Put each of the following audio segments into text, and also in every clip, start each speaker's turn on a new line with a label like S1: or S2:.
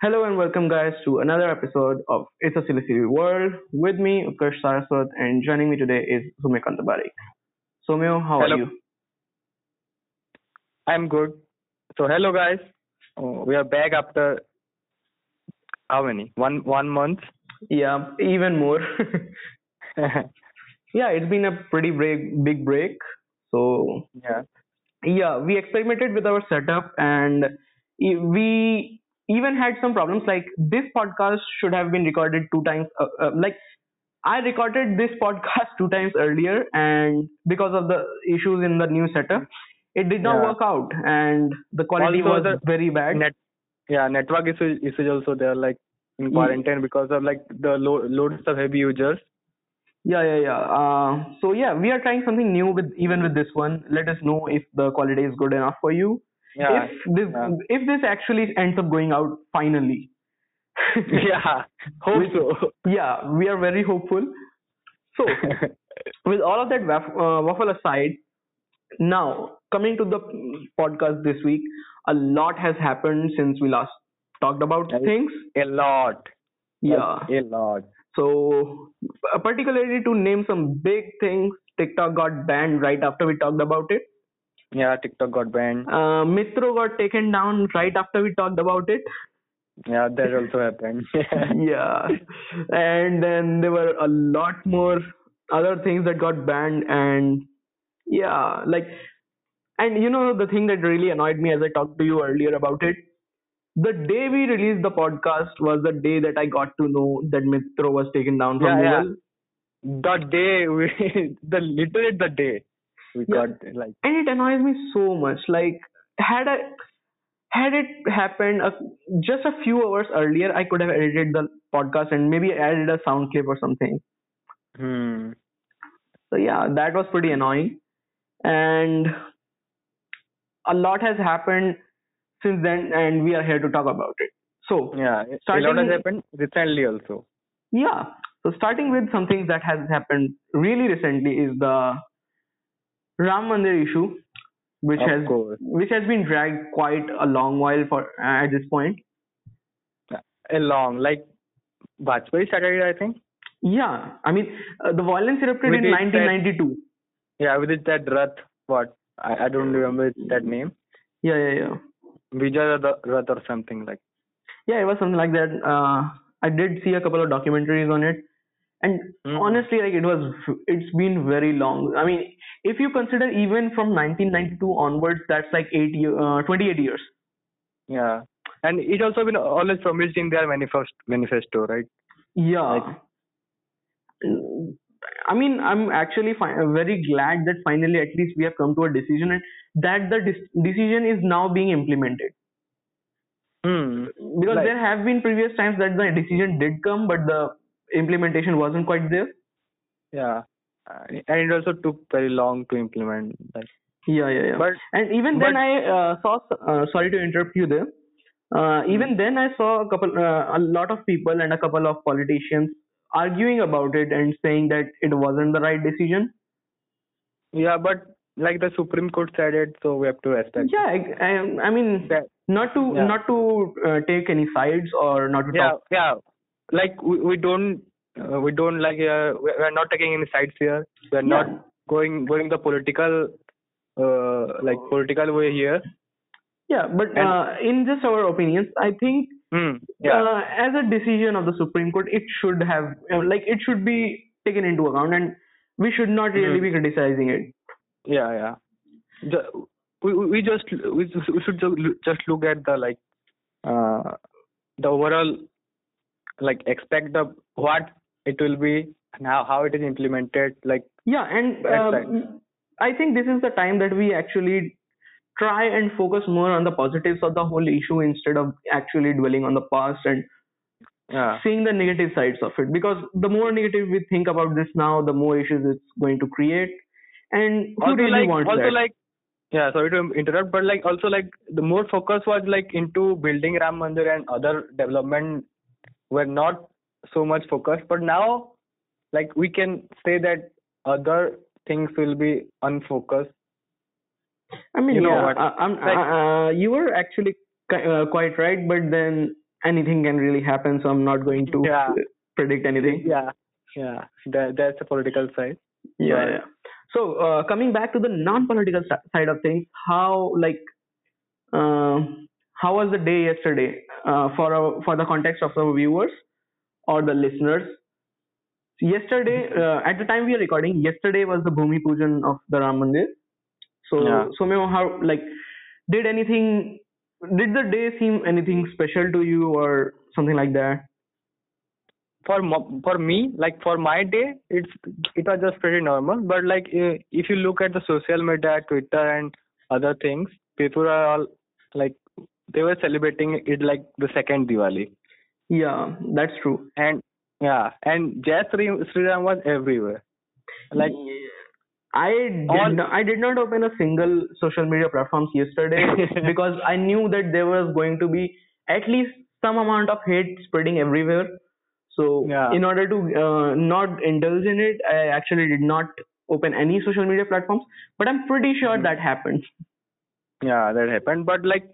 S1: Hello and welcome, guys, to another episode of It's a Silly Silly World. With me, Utkarsh Saraswat, and joining me today is Sumya Kantabari. Somyo, how
S2: Hello.
S1: are you?
S2: I'm good. So hello guys, Uh, we are back after how many? One one month.
S1: Yeah, even more. yeah, it's been a pretty break, big break. So
S2: yeah.
S1: yeah we experimented with our setup and e- we even had some problems like this podcast should have been recorded two times uh, uh, like i recorded this podcast two times earlier and because of the issues in the new setup it did not
S2: Yeah.
S1: work out and the quality
S2: Also
S1: was
S2: the
S1: very bad
S2: Net, yeah, network issues issues also there like in
S1: Ye-
S2: quarantine because of like the lo- loads of heavy users.
S1: yeah yeah yeah uh, so yeah we are trying something new with even with this one let us know if the quality is good enough for you
S2: Yeah.
S1: if this
S2: yeah.
S1: if this actually ends up going out finally
S2: yeah. Hope
S1: With-
S2: so.
S1: yeah, we are very hopeful. So, with all of that waff- uh, waffle aside, now coming to the podcast this week, a lot has happened since we last talked about
S2: Right.
S1: things.
S2: a lot.
S1: Yeah.
S2: A lot.
S1: So, p- particularly to name some big things, TikTok got banned right after we talked about it.
S2: Yeah. TikTok got banned.
S1: Uh, Mitro got taken down right after we talked about it.
S2: Yeah, that also happened.
S1: yeah and then there were a lot more other things that got banned and yeah like and you know the thing that really annoyed me as i talked to you earlier about it the day we released the podcast was the day that i got to know that mitro was taken down from
S2: Yeah, yeah.
S1: google
S2: the day we, the literally the day we
S1: Yeah.
S2: got like
S1: and it annoys me so much like had i had it happened a, just a few hours earlier i could have edited the podcast and maybe added a sound clip or something
S2: hmm.
S1: So yeah, that was pretty annoying. And a lot has happened since then, and we are here to talk about it. So
S2: Yeah, a- a lot
S1: Starting-
S2: has happened recently also.
S1: yeah, so starting with some things that has happened really recently is the Ram Mandir issue, which
S2: of
S1: has
S2: course,
S1: which has been dragged quite a long while for at this point.
S2: a long like Vajpayee started it, I think.
S1: Yeah, I mean uh, the violence erupted
S2: With
S1: in
S2: it that-
S1: 1992.
S2: Yeah, with it that Rath, what I, I don't remember it- that name,
S1: Yeah, yeah, yeah.
S2: Vijay Rath- Rath or something like.
S1: yeah it was something like that uh, i did see a couple of documentaries on it and
S2: Mhm.
S1: honestly like it was it's been very long i mean if you consider even from 1992 onwards that's like 8 year, uh, 28 years
S2: Yeah, and it also been always promised in their manifest manifesto, right?
S1: yeah
S2: Like-
S1: i mean i'm actually fi- very glad that finally at least we have come to a decision and that the dis- decision is now being implemented
S2: Hmm.
S1: because
S2: Like-
S1: there have been previous times that the decision did come but the implementation wasn't quite there
S2: Yeah, Uh, and it also took very long to implement. Like,
S1: yeah yeah yeah
S2: but
S1: And even then,
S2: But-
S1: I uh, saw. Uh, sorry to interrupt you there. Uh, even then, I saw a couple, uh, a lot of people and a couple of politicians arguing about it and saying that it wasn't the right decision.
S2: yeah, but like the Supreme Court said it, so we have to respect.
S1: Yeah, I, I, I mean,
S2: That-
S1: not to
S2: Yeah.
S1: not to uh, take any sides or not to
S2: yeah
S1: talk.
S2: yeah like we, we don't uh, we don't like uh, we we are not taking any sides here we are not
S1: Yeah.
S2: going going the political uh, like political way here
S1: Yeah, but
S2: And-
S1: uh, in just our opinions, I think
S2: Hmm. yeah
S1: uh, as a decision of the Supreme Court, it should have uh, like it should be taken into account, and we should not really
S2: Mhm.
S1: be criticizing it.
S2: yeah yeah the, we we we just we, s- we should ju- just look at the like uh, the overall like expect of what it will be and how, how it is implemented like
S1: Yeah, and
S2: That's
S1: um, I think this is the time that we actually try and focus more on the positives of the whole issue instead of actually dwelling on the past and
S2: yeah
S1: seeing the negative sides of it. Because the more negative we think about this now, the more issues it's going to create. And who
S2: also
S1: really
S2: like
S1: wants
S2: also
S1: that?
S2: like yeah sorry to interrupt but like also like the more focus was like into building ram mandir and other development were not so much focused but now like we can say that other things will be unfocused
S1: I mean,
S2: you know
S1: yeah,
S2: what,
S1: I, am
S2: like-
S1: uh, you were actually ki- uh, quite uh, right, but then anything can really happen, so I'm not going to
S2: Yeah.
S1: predict anything.
S2: yeah yeah that, that's the political side
S1: yeah,
S2: Right.
S1: yeah. so uh, coming back to the non-political si- side of things how like uh, how was the day yesterday uh, for our, for the context of our viewers or the listeners yesterday uh, at the time we are recording yesterday was the bhumi pujan of the ram mandir so
S2: Yeah.
S1: so Memo, how like did anything did the day seem anything special to you or something like that
S2: for mo- for me like for my day it's it was just pretty normal but like i- if you look at the social media twitter and other things people are all like they were celebrating it like the second diwali
S1: yeah that's true
S2: and yeah and jai sri sri ram was everywhere like
S1: I did,
S2: All-
S1: not, I did not open a single social media platforms yesterday because I knew that there was going to be at least some amount of hate spreading everywhere. So
S2: Yeah.
S1: in order to uh, not indulge in it, I actually did not open any social media platforms. But I'm pretty sure
S2: Hmm.
S1: that happened.
S2: yeah that happened but like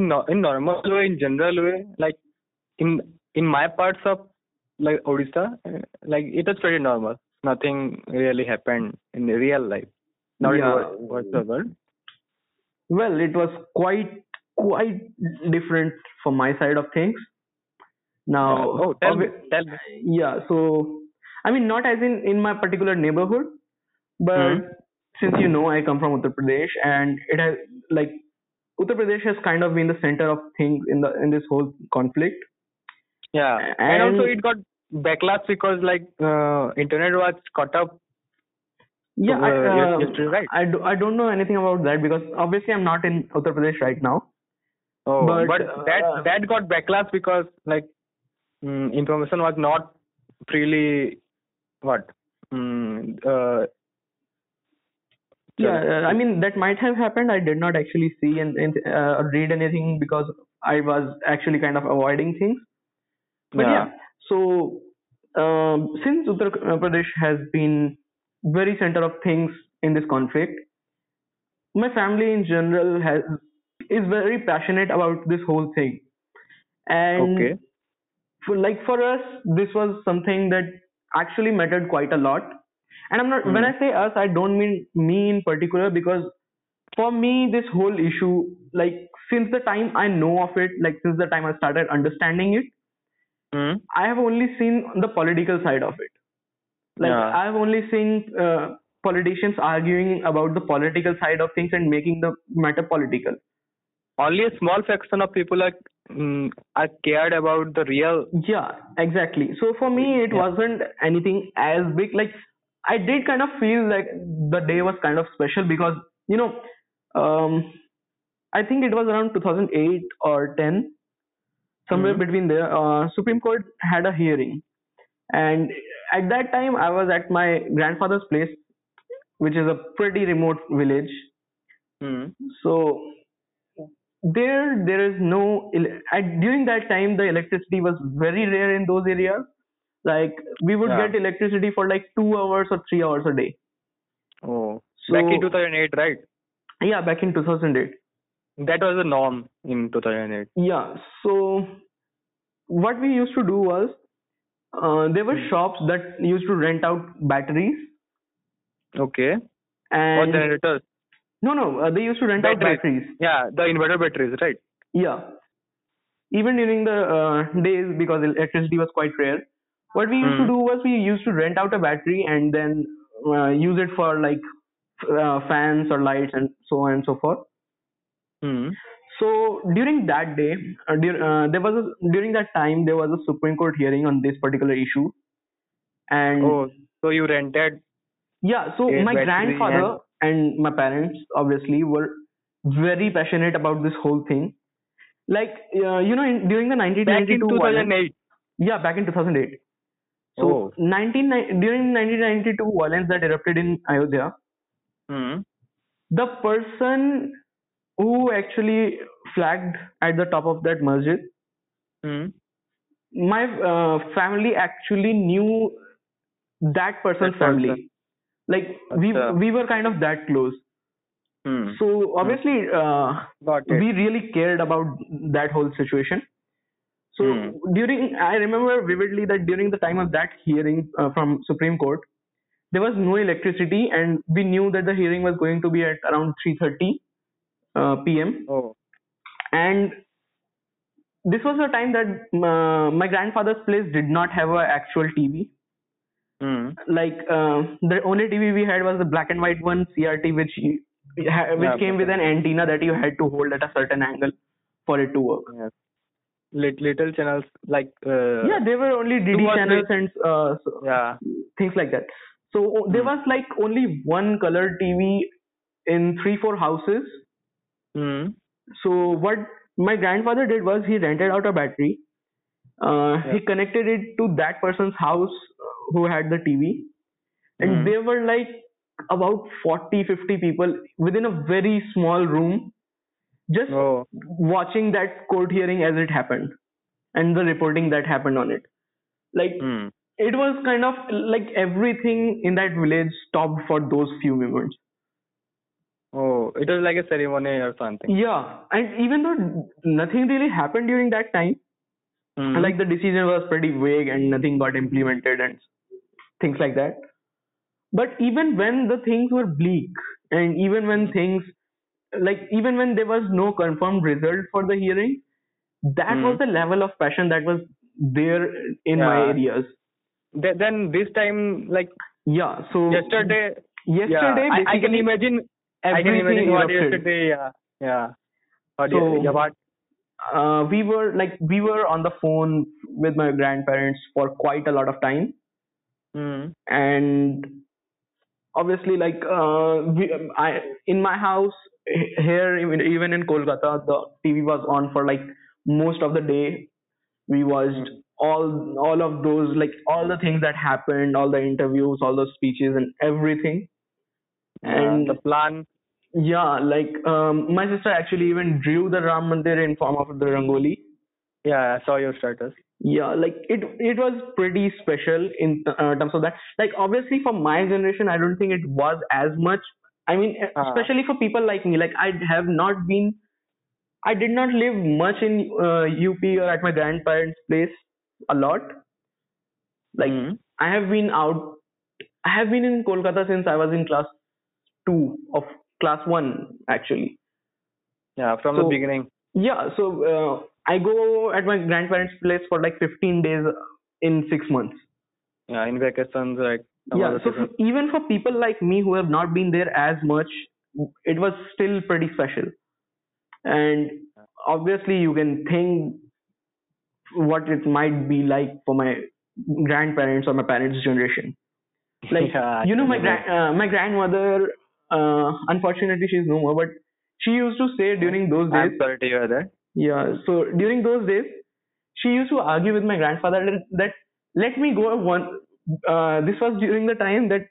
S2: in no- in normal way in general way like in in my parts of like odisha eh, like it was pretty normal nothing really happened in the real life not
S1: Yeah.
S2: in what's the world
S1: Well, it was quite quite different from my side of things. Now,
S2: Yeah. oh tell me
S1: obvi-
S2: tell me
S1: yeah so i mean not as in in my particular neighborhood but
S2: Hmm.
S1: since you know i come from uttar pradesh and it has like uttar pradesh has kind of been the center of things in the in this whole conflict
S2: yeah and,
S1: and-
S2: also it got backlash because like uh, internet was caught up
S1: yeah I,
S2: Uh, yes-
S1: uh,
S2: yesterday, right?
S1: I, do, I don't know anything about that because obviously i'm not in uttar pradesh right now
S2: oh
S1: But,
S2: but, that
S1: uh,
S2: that got backlash because like mm, information was not freely what mm, uh,
S1: yeah uh, i mean that might have happened i did not actually see and, and uh, read anything because i was actually kind of avoiding things But yeah, so um, since Uttar Pradesh has been very center of things in this conflict, my family in general has is very passionate about this whole thing, and
S2: okay
S1: for, like for us, this was something that actually mattered quite a lot. And I'm not when I say us, I don't mean me in particular because for me this whole issue, like since the time I know of it, like since the time I started understanding it,
S2: mm.
S1: I have only seen the political side of it. Like
S2: Yeah.
S1: I have only seen uh, politicians arguing about the political side of things and making the matter political.
S2: only a small fraction of people are mm, are cared about the real
S1: Yeah, exactly. So for me, it
S2: Yeah.
S1: wasn't anything as big. Like I did kind of feel like the day was kind of special because you know, um, I think it was around 2008 or 10, somewhere
S2: Mhm.
S1: between there. Uh, Supreme Court had a hearing, and at that time I was at my grandfather's place, which is a pretty remote village
S2: mm.
S1: so there there is no ele- at, during that time the electricity was very rare in those areas like we would
S2: Yeah.
S1: get electricity for like 2 hours or 3 hours a day
S2: oh
S1: so
S2: back in 2008 right
S1: yeah back in 2008
S2: that was the norm in 2008
S1: yeah so what we used to do was uh, there were shops that used to rent out batteries
S2: okay or
S1: and
S2: generators
S1: no no uh, they used to rent out
S2: Batteries.
S1: batteries
S2: yeah the inverter batteries right
S1: Yeah. Even during the uh, days because electricity was quite rare, what we used to
S2: Hmm.
S1: do was we used to rent out a battery and then uh, use it for like f- uh, fans or lights and so on and so forth.
S2: mm.
S1: So during that day, uh, dur- uh, there was a, during that time there was a Supreme Court hearing on this particular issue, and
S2: oh so you rented
S1: yeah, so
S2: Yes,
S1: my
S2: battery
S1: grandfather and my parents obviously were very passionate about this whole thing. Like uh, you know, in, during the
S2: back in
S1: 1992 violence,
S2: 2008
S1: yeah, back in 2008. So
S2: Oh.
S1: 19 during 1992 violence that erupted in Ayodhya,
S2: mm.
S1: the person who actually flagged at the top of that masjid,
S2: Mm.
S1: my uh, family actually knew that person's
S2: That person.
S1: family. Like we
S2: Acha.
S1: we were kind of that close. Hmm.
S2: Mm.
S1: So obviously, uh,
S2: got it
S1: we really cared about that whole situation. So
S2: Hmm.
S1: during, I remember vividly that during the time of that hearing uh, from Supreme Court, there was no electricity, and we knew that the hearing was going to be at around 3:30 uh, p.m.
S2: Oh.
S1: And this was a time that uh, my grandfather's place did not have an actual TV.
S2: Hmm.
S1: Like uh, the only TV we had was the black and white one CRT, which you, which
S2: Yeah,
S1: came with an antenna that you had to hold at a certain angle for it to work.
S2: Yes. Lit- little channels like uh,
S1: yeah, there were only DD
S2: two or
S1: channels and uh, so-
S2: yeah
S1: things like that. So o- there
S2: Hmm.
S1: was like only one color TV in three four houses.
S2: Hmm.
S1: So what my grandfather did was he rented out a battery. Uh, He connected it to that person's house uh, who had the TV, and
S2: Hmm.
S1: there were like about 40 50 people within a very small room just
S2: Oh.
S1: watching that court hearing as it happened and the reporting that happened on it like
S2: Hmm.
S1: it was kind of like everything in that village stopped for those few moments.
S2: Oh. It was like a ceremony or something.
S1: Yeah, and even though nothing really happened during that time,
S2: Hmm.
S1: like the decision was pretty vague and nothing got implemented and things like that. But even when the things were bleak, and even when things like even when there was no confirmed result for the hearing, that
S2: Hmm.
S1: was the level of passion that was there in my
S2: Yeah.
S1: areas.
S2: Th- then this time like
S1: Yeah. So
S2: yesterday.
S1: yesterday,
S2: yeah, I, I can
S1: basically
S2: imagine. I can
S1: everything
S2: imagine what
S1: erupted.
S2: yesterday. Yeah. Yeah. What
S1: So-
S2: ye- yeah, what-
S1: uh, we were like we were on the phone with my grandparents for quite a lot of time
S2: Hmm.
S1: and obviously like uh, we, i in my house h- here even even in kolkata the tv was on for like most of the day we watched all all of those like all the things that happened all the interviews all the speeches and everything and
S2: yeah, the plan.
S1: yeah like um, my sister actually even drew the ram mandir in form of the rangoli
S2: Yeah. I saw your status.
S1: yeah like it it was pretty special in uh, terms of that like obviously for my generation i don't think it was as much i mean e,
S2: Ah.
S1: especially for people like me like i have not been i did not live much in uh, up or at my grandparents place a lot like
S2: Hmm.
S1: i have been out i have been in kolkata since i was in class 2 of class 1 actually
S2: Yeah.
S1: So-
S2: From the beginning.
S1: yeah so uh, i go at my grandparents place for like 15 days in 6 months
S2: Yeah. In vacations like. some
S1: yeah
S2: other
S1: so
S2: people.
S1: f- even for people like me who have not been there as much it was still pretty special and obviously you can think what it might be like for my grandparents or my parents generation like
S2: Yeah, I
S1: you know
S2: can
S1: my
S2: imagine.
S1: grand uh, my grandmother uh, unfortunately she's no more but she used to say during those days
S2: I'm sorry to hear that.
S1: yeah. So during those days, she used to argue with my grandfather that, that let me go one. Uh, this was during the time that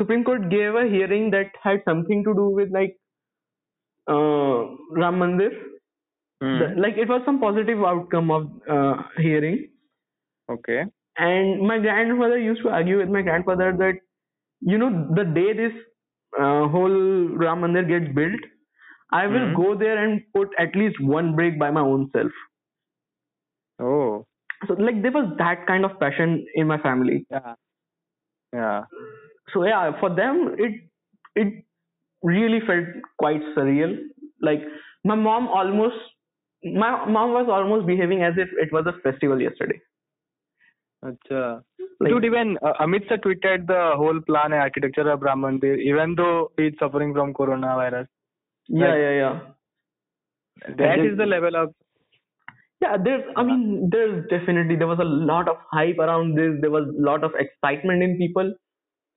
S1: Supreme Court gave a hearing that had something to do with like uh, Ram Mandir.
S2: Hmm.
S1: The- like it was some positive outcome of uh, hearing.
S2: Okay.
S1: And my grandfather used to argue with my grandfather that you know the day this uh, whole Ram Mandir gets built, I will
S2: Mhm.
S1: go there and put at least one brick by my own self.
S2: Oh.
S1: so like there was that kind of passion in my family
S2: Yeah. Yeah.
S1: so yeah for them it it really felt quite surreal like my mom almost my mom was almost behaving as if it was a festival yesterday
S2: Achha.
S1: like
S2: Dude, even uh, Amit sir tweeted the whole plan and architecture of Ram Mandir, even though he's suffering from coronavirus.
S1: yeah
S2: like-
S1: yeah yeah
S2: That
S1: is-
S2: is the level of
S1: yeah there's i mean there's definitely there was a lot of hype around this there was a lot of excitement in people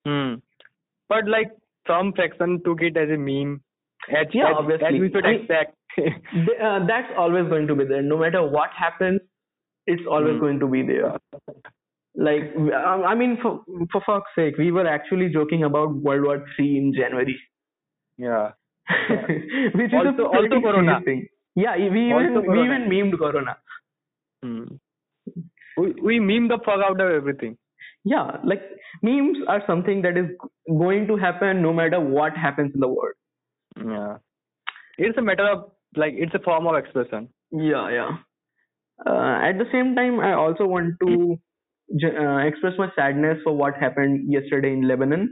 S2: hmm. But like some fraction took it as a meme. As,
S1: Yeah,
S2: as,
S1: obviously.
S2: As we should
S1: I mean-
S2: expect.
S1: Th- uh, that's always going to be there no matter what happens it's always
S2: Hmm.
S1: going to be there like um, i mean for for fuck's sake we were actually joking about world war three in january
S2: yeah.
S1: which is
S2: Also-
S1: a
S2: also
S1: pretty
S2: corona.
S1: serious thing yeah e, we
S2: Also
S1: even we
S2: corona.
S1: even memed corona
S2: Hmm. We, we meme the fuck out of everything.
S1: yeah like memes are something that is going to happen no matter what happens in the world
S2: Yeah. It's a matter of like it's a form of expression.
S1: yeah yeah uh, at the same time, I also want
S2: Mm.
S1: to ju- uh, express my sadness for what happened yesterday in Lebanon.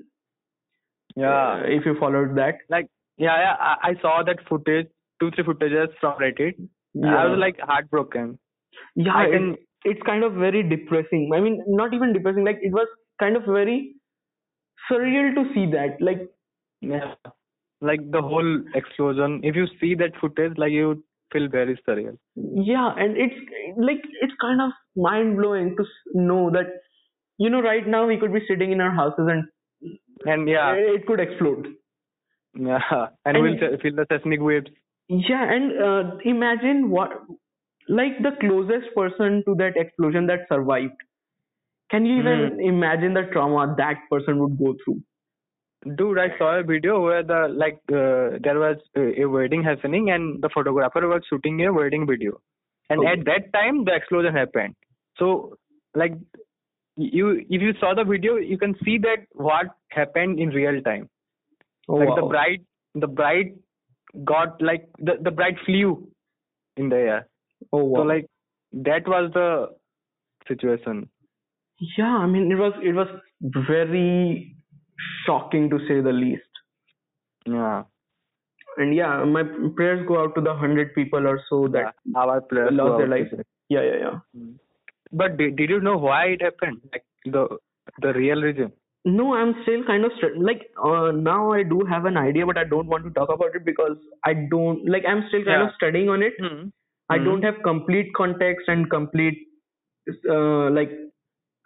S2: Yeah.
S1: Uh, if you followed that,
S2: Yeah, yeah. I, I saw that footage, two, three footages from Reddit. I was like heartbroken.
S1: yeah,
S2: I
S1: it-
S2: can,
S1: it's kind of very depressing. I mean, not even depressing. Like it was kind of very surreal to see that. Like
S2: yeah. Like the whole explosion. If you see that footage, like you feel very surreal.
S1: yeah and it's like it's kind of mind blowing to s- know that you know right now we could be sitting in our houses and
S2: And yeah,
S1: it could explode
S2: yeah. And,
S1: And-
S2: we'll se- feel the seismic waves.
S1: yeah and uh, imagine what like the closest person to that explosion that survived can you even
S2: Hmm.
S1: imagine the trauma that person would go through
S2: Dude, I saw a video where the like uh, there was uh, a wedding happening and the photographer was shooting a wedding video, and
S1: Okay.
S2: at that time the explosion happened. So like you if you saw the video, you can see that what happened in real time.
S1: oh,
S2: like the
S1: wow.
S2: bride, the bride got like the the bride flew in the air.
S1: oh wow.
S2: So like that was the situation.
S1: yeah i mean it was it was very shocking to say the least
S2: Yeah.
S1: and yeah my prayers go out to the 100 people or so that
S2: yeah. Our players
S1: lost
S2: were
S1: their
S2: out
S1: life.
S2: today.
S1: yeah yeah yeah
S2: But did, did you know why it happened? Like the the real reason.
S1: no i'm still kind of str- like uh, now i do have an idea but i don't want to talk about it because i don't like i'm still kind
S2: Yeah.
S1: of studying on it i
S2: Mhm.
S1: don't have complete context and complete uh, like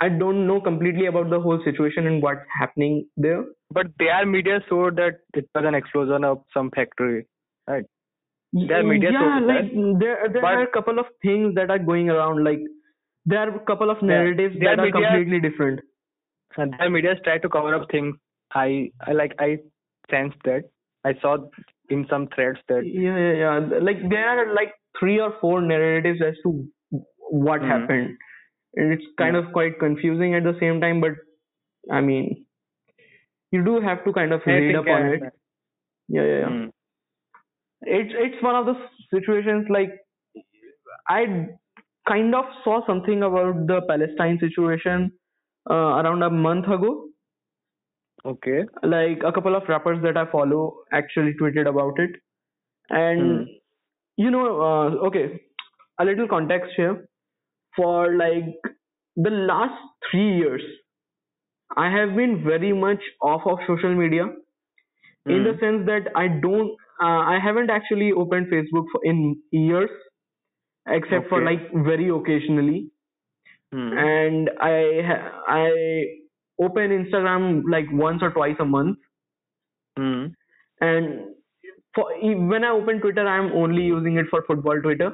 S1: i don't know completely about the whole situation and what's happening there
S2: But their media showed that it was an explosion of some factory. Their media
S1: yeah
S2: sources,
S1: like there there
S2: But-
S1: are a couple of things that are going around like there are a couple of narratives
S2: their
S1: that are
S2: media-
S1: completely different
S2: And their media tried to cover up things. I, I like I sensed that. I saw in some threads that
S1: yeah yeah yeah like there are like three or four narratives as to what
S2: Mhm.
S1: happened and it's kind of quite confusing at the same time but i mean you do have to kind of read up on it yeah yeah, yeah.
S2: Mm.
S1: it's it's one of the situations like i kind of saw something about the palestine situation uh, around a month ago
S2: Okay.
S1: like a couple of rappers that I follow actually tweeted about it. And
S2: Hmm.
S1: you know, uh, okay, a little context here. For like the last three years, I have been very much off of social media in the
S2: Mm.
S1: sense that I don't, uh, I haven't actually opened Facebook for, in years except for
S2: Okay.
S1: like very occasionally
S2: Mm.
S1: and i ha- i open instagram like once or twice a month
S2: Mm.
S1: and for e- when I open Twitter, I'm only using it for football Twitter.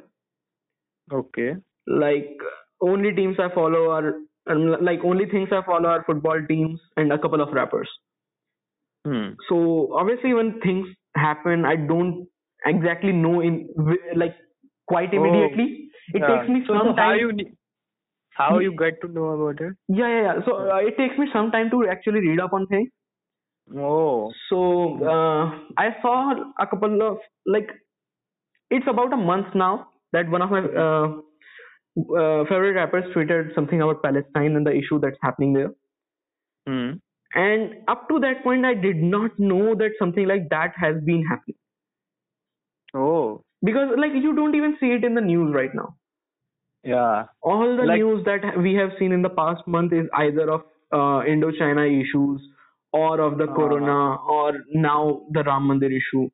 S2: Okay.
S1: Like only teams I follow are um, like only things I follow are football teams and a couple of rappers.
S2: Mm.
S1: So obviously, when things happen, I don't exactly know in wi- like quite
S2: Oh,
S1: immediately. it
S2: Yeah.
S1: takes me
S2: so,
S1: some
S2: so How
S1: time. Hmm.
S2: you ne- how you get to know about it?
S1: yeah, yeah, yeah. So uh, it takes me some time to actually read up on things.
S2: Oh.
S1: So uh, I saw a couple of like it's about a month now that one of my uh, uh, favorite rappers tweeted something about Palestine and the issue that's happening there.
S2: Mm.
S1: And up to that point, I did not know that something like that has been happening
S2: Oh.
S1: because like you don't even see it in the news right now.
S2: Yeah.
S1: All the
S2: Like-
S1: news that we have seen in the past month is either of uh, Indochina issues or of the
S2: Ah.
S1: corona or now the Ram Mandir issue.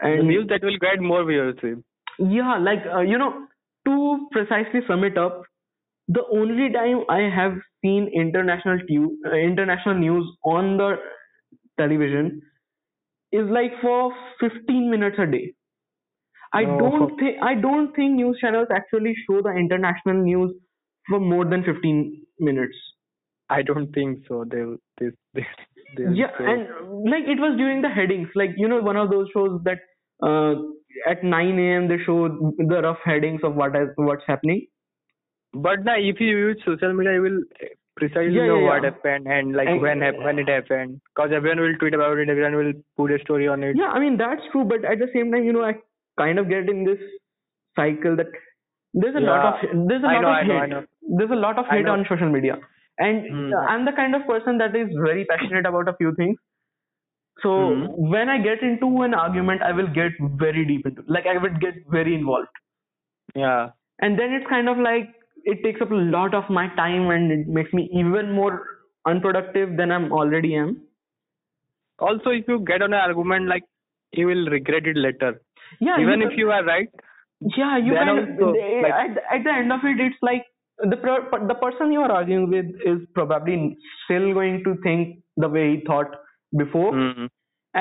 S2: the
S1: And
S2: news that will get more eh? viewership.
S1: yeah like uh, you know to precisely sum it up the only time i have seen international tu- uh, international news on the television is like for 15 minutes a day i
S2: No.
S1: don't think i don't think news channels actually show the international news for more than 15 minutes
S2: I don't think so. They will- they they, they will
S1: yeah
S2: show.
S1: and uh, like it was during the headings like you know one of those shows that uh, at 9 a.m. they show the rough headings of what is what's happening
S2: but now if you use social media, you will precisely
S1: Yeah,
S2: know
S1: yeah,
S2: what
S1: yeah.
S2: happened and like
S1: And-
S2: when hap- when it happened. Because everyone will tweet about it. Everyone will put a story on it.
S1: yeah i mean that's true but at the same time you know i kind of get in this cycle that there's a lot
S2: Yeah.
S1: of there's a
S2: I
S1: lot of
S2: know, I know, I
S1: hate.
S2: know.
S1: There's a lot of
S2: I
S1: hate
S2: know.
S1: on social media, and
S2: Hmm.
S1: uh, I'm the kind of person that is very passionate about a few things. So
S2: Hmm.
S1: when I get into an argument, I will get very deep into, like I would get very involved,
S2: Yeah.
S1: and then it's kind of like it takes up a lot of my time and it makes me even more unproductive than I'm already am.
S2: Also, if you get on an argument, like you will regret it later.
S1: Yeah,
S2: Even
S1: because-
S2: if you are right.
S1: yeah you
S2: Then
S1: kind
S2: also,
S1: of they-
S2: like-
S1: eh, at, at the end of it it's like the pro- per- the person you are arguing with is probably still going to think the way he thought before
S2: Hmm.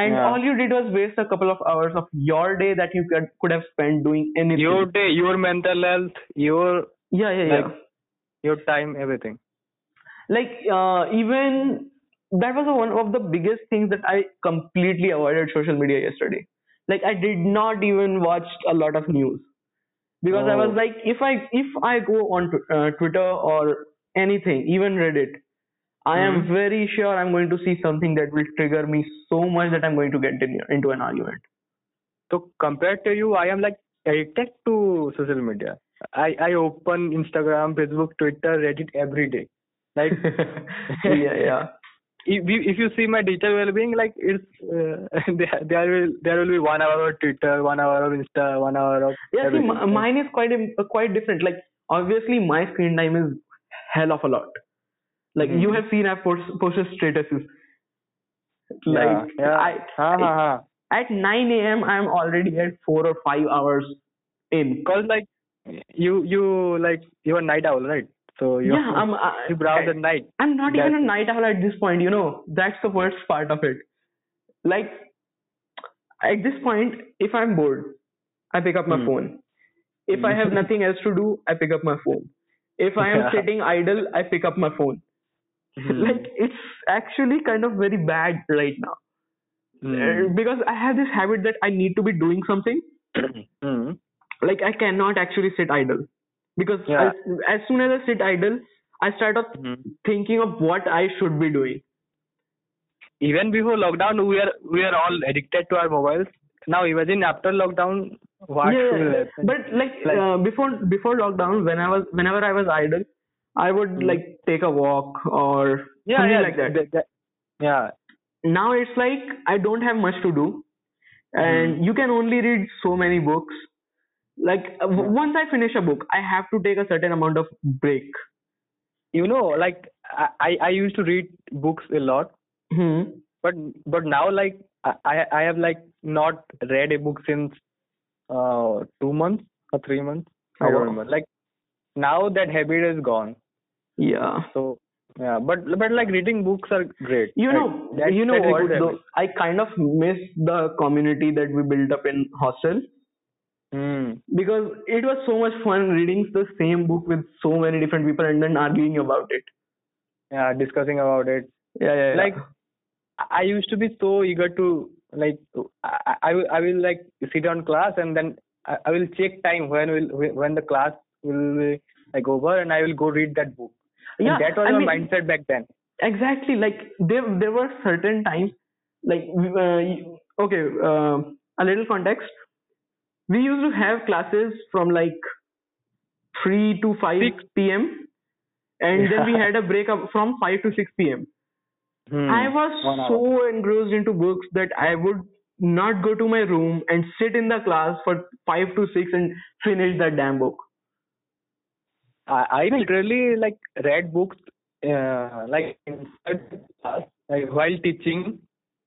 S1: and
S2: yeah.
S1: all you did was waste a couple of hours of your day that you could could have spent doing anything
S2: Your day, your mental health, your
S1: yeah yeah yeah
S2: like- your time, everything.
S1: like uh, even that was one of the biggest things that i completely avoided social media yesterday like i did not even watch a lot of news because i
S2: Oh.
S1: was like if i if i go on tw- uh, twitter or anything even reddit i am
S2: Hmm.
S1: very sure i'm going to see something that will trigger me so much that i'm going to get in, into an argument
S2: So compared to you, I am like addicted to social media. I I open Instagram, Facebook, Twitter, Reddit every day. Like
S1: yeah yeah
S2: if you, if you see my digital well-being, like it's uh, there, there will there will be one hour of Twitter, one hour of Insta, one hour of
S1: yeah see,
S2: everything.
S1: m- mine is quite im- quite different like obviously my screen time is hell of a lot like you
S2: Mhm.
S1: have seen i've post- posted statuses
S2: yeah,
S1: like
S2: yeah.
S1: I,
S2: ha, ha, ha.
S1: at 9 a.m i'm already at four or five hours in
S2: Because like you you like you are night owl, right? So you
S1: yeah i'm I,
S2: you browse at night.
S1: i'm not even a
S2: that's-
S1: night owl at this point you know that's the worst part of it like at this point if i'm bored i pick up my
S2: Hmm.
S1: phone if i have nothing else to do i pick up my phone if i am
S2: Yeah.
S1: sitting idle i pick up my phone like it's actually kind of very bad right now
S2: Hmm.
S1: Uh, because i have this habit that i need to be doing something
S2: Hmm.
S1: like i cannot actually sit idle because
S2: Yeah.
S1: as, as soon as i sit idle i start up
S2: Hmm.
S1: thinking of what i should be doing
S2: even before lockdown we are we are all addicted to our mobiles now imagine after lockdown what
S1: Yeah,
S2: will
S1: yeah.
S2: happen
S1: but like,
S2: Like-
S1: uh, before before lockdown when i was whenever i was idle i would
S2: Hmm.
S1: like take a walk or
S2: yeah
S1: something
S2: yeah
S1: like that
S2: th- th- yeah
S1: now it's like I don't have much to do, and
S2: Hmm.
S1: you can only read so many books. Like uh, w-
S2: Hmm.
S1: once I finish a book, I have to take a certain amount of break.
S2: you know like I- i i used to read books a lot
S1: Hmm.
S2: but but now like i i, I have like not read a book since uh two months or three months
S1: Oh,
S2: i
S1: wow.
S2: don't remember like now that habit is gone
S1: Yeah.
S2: so yeah but but like reading books are great
S1: You
S2: Like,
S1: know,
S2: that's-
S1: you know
S2: that's a
S1: what?
S2: good habit.
S1: Though, I kind of miss the community that we built up in hostel
S2: Hmm.
S1: because it was so much fun reading the same book with so many different people and then arguing about it.
S2: yeah discussing about it
S1: Yeah, yeah. yeah.
S2: like i used to be so eager to like I, I- I will- I will like sit on class and then i, I will check time when will when the class will be like over and i will go read that book And
S1: yeah.
S2: that was
S1: I
S2: my
S1: mean,
S2: mindset back then
S1: exactly like there there were certain times like uh, you- okay uh, a little context we used to have classes from like 3 to 5
S2: Six.
S1: pm and then we
S2: Yeah.
S1: had a break up from 5 to 6 pm i was
S2: Hmm. One hour.
S1: so engrossed into books that i would not go to my room and sit in the class for 5 to 6 and finish that damn book
S2: I, I literally like read books uh, like inside class like while teaching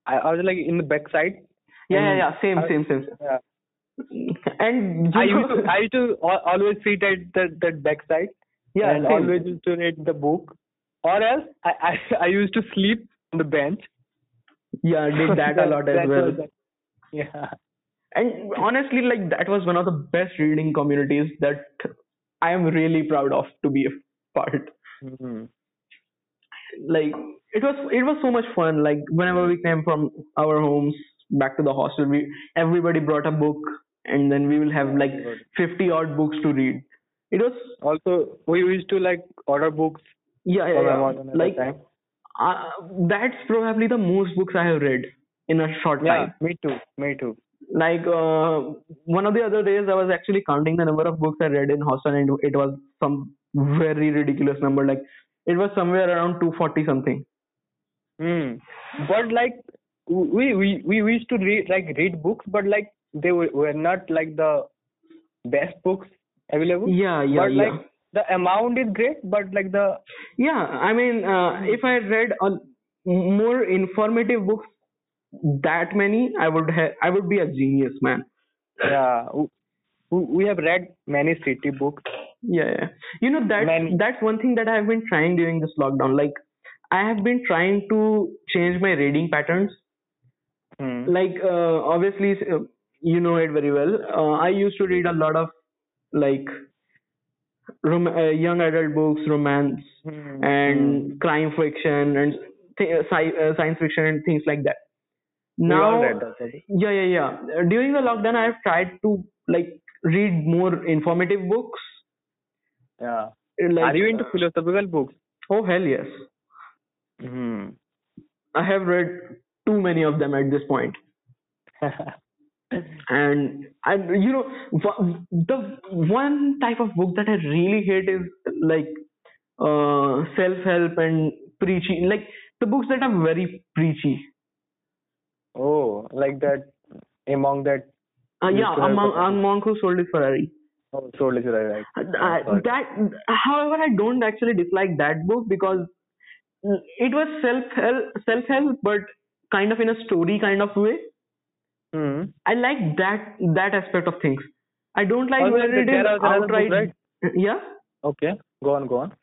S2: I, I was like in the backside
S1: yeah yeah,
S2: Mm.
S1: yeah. same
S2: I-
S1: same same
S2: yeah.
S1: and you
S2: I used
S1: know-
S2: to I used to al- always sit at that that backside
S1: yeah
S2: and
S1: same.
S2: always used to read the book. Or else I, I, I used to sleep on the bench.
S1: yeah did that a lot as
S2: That
S1: well
S2: was the- yeah.
S1: and honestly like that was one of the best reading communities that i am really proud of to be a part
S2: Mhm.
S1: like it was it was so much fun like whenever we came from our homes back to the hostel we everybody brought a book and then we will have like 50 odd books to read it was
S2: Also, we used to like order books
S1: yeah, yeah,
S2: from
S1: yeah.
S2: Amazon at
S1: like
S2: the time.
S1: uh, that's probably the most books i have read in a short
S2: Yeah,
S1: time
S2: me too. Me too.
S1: like uh, one of the other days i was actually counting the number of books i read in hostel and it was some very ridiculous number like it was somewhere around 240 something
S2: Hmm. But like we we we used to read like read books, but like they were, were not like the best books available.
S1: yeah yeah
S2: but
S1: yeah
S2: like the amount is great, but like the
S1: yeah i mean uh, if i read a more informative books that many i would ha- i would be a genius man
S2: yeah w- w- we have read many city books.
S1: yeah yeah you know that
S2: Many.
S1: that's one thing that i have been trying during this lockdown like i have been trying to change my reading patterns
S2: Hmm.
S1: like uh, obviously uh, you know it very well uh, i used to read a lot of like rom- uh, young adult books romance
S2: Hmm.
S1: and crime fiction and th- sci- uh, science fiction and things like that
S2: we all
S1: now
S2: read that. I think.
S1: yeah yeah yeah Uh, during the lockdown i have tried to like read more informative books
S2: Yeah.
S1: like, uh,
S2: Are you into philosophical books?
S1: oh hell yes
S2: Hmm.
S1: i have read too many of them at this point and I, you know, wha- the one type of book that I really hate is like uh, self-help and preachy, like the books that are very preachy.
S2: oh, like that among that
S1: Uh, yeah,
S2: Yes, sir,
S1: among
S2: but-
S1: among Monk Who Sold His Ferrari.
S2: oh, soul is right.
S1: Uh,
S2: sorry.
S1: that, however, I don't actually dislike that book because it was self-help, self-help, but kind of in a story kind of way.
S2: Hmm.
S1: I like that that aspect of things. I don't like
S2: Also,
S1: where it
S2: there
S1: is
S2: are- there are books,
S1: outright.
S2: right?
S1: Yeah.
S2: Okay. Go on. Go on.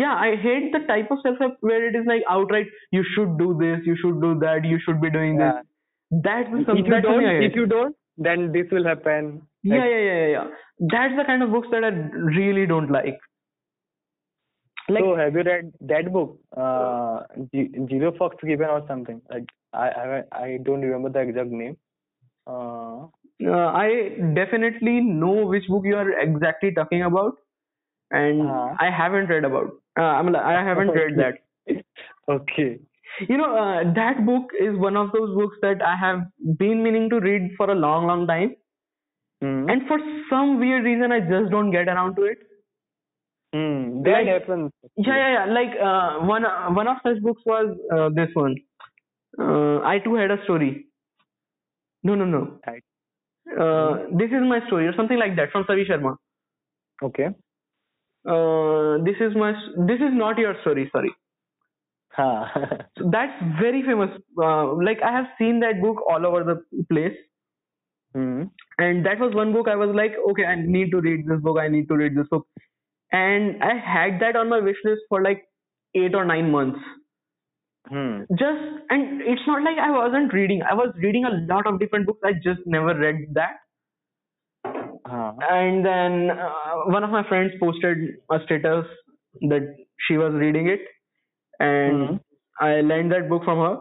S1: yeah i hate the type of self help where it is like outright you should do this you should do that you should be doing
S2: Yeah.
S1: this that's the
S2: if you
S1: that's
S2: don't
S1: something I
S2: if
S1: hate.
S2: you don't then this will happen
S1: yeah, yeah yeah yeah yeah that's the kind of books that i really don't like like
S2: so have you read that book uh G- zero fox given or something like i i i don't remember the exact name uh
S1: uh, i definitely know which book you are exactly talking about and
S2: Uh-huh.
S1: i haven't read about uh, i mean i haven't read that
S2: okay
S1: you know uh, that book is one of those books that i have been meaning to read for a long long time
S2: Mm-hmm. Hmm.
S1: and for some weird reason i just don't get around to it
S2: Hmm, that
S1: like-
S2: happens
S1: yeah yeah yeah like uh, one uh, one of such books was uh, this one uh, i too had a story no no no
S2: Right.
S1: uh, this is my story or something like that from savi sharma
S2: okay
S1: uh, this is my s- this is not your story sorry
S2: huh.
S1: so that's very famous uh, like i have seen that book all over the place
S2: Hmm.
S1: and that was one book i was like okay i need to read this book i need to read this book and i had that on my wish list for like 8 or 9 months
S2: Hmm.
S1: just and it's not like i wasn't reading i was reading a lot of different books i just never read that
S2: Huh.
S1: and then uh, one of my friends posted a status that she was reading it and
S2: Mhm.
S1: i lent that book from her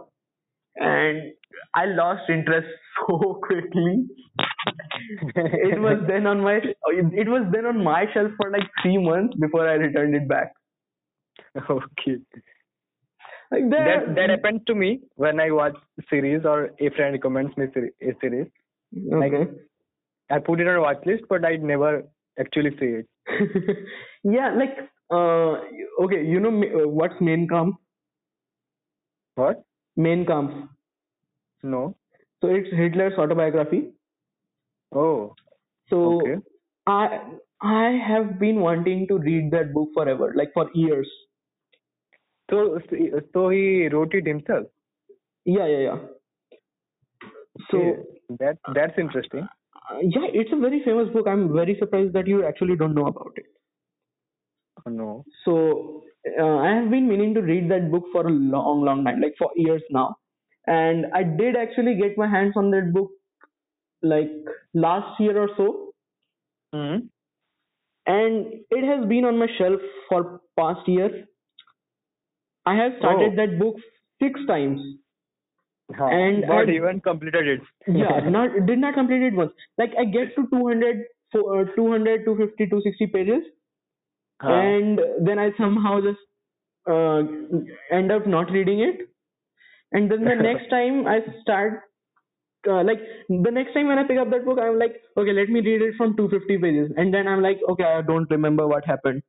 S1: and i lost interest so quickly it was then on my it was then on my shelf for like 3 months before i returned it back
S2: okay
S1: like that
S2: that that happens to me when i watch series or a friend recommends me seri- a series like-
S1: okay.
S2: i put it on a watch list but i never actually see it
S1: yeah, like uh, okay, you know ma- uh, what's main camp?
S2: what
S1: Main camp.
S2: no
S1: So it's Hitler's autobiography.
S2: Oh,
S1: So
S2: okay.
S1: I I have been wanting to read that book forever, like for years.
S2: So, so he wrote it himself.
S1: Yeah, yeah, yeah. So
S2: Yeah, that that's interesting.
S1: uh, yeah, it's a very famous book. I'm very surprised that you actually don't know about it.
S2: No.
S1: So uh, I have been meaning to read that book for a long, long time, like for years now. And I did actually get my hands on that book like last year or so.
S2: Hmm.
S1: And it has been on my shelf for past year. I have started
S2: Oh.
S1: that book six times. And-
S2: not
S1: and-
S2: even completed it.
S1: Yeah, not did not complete it once. Like I get to 200, fo- uh, 200, 250, 260 pages,
S2: Huh.
S1: and then I somehow just uh, end up not reading it. And then the next time I start uh, like the next time when I pick up that book, I'm like, okay, let me read it from 250 pages, and then I'm like, okay, I don't remember what happened.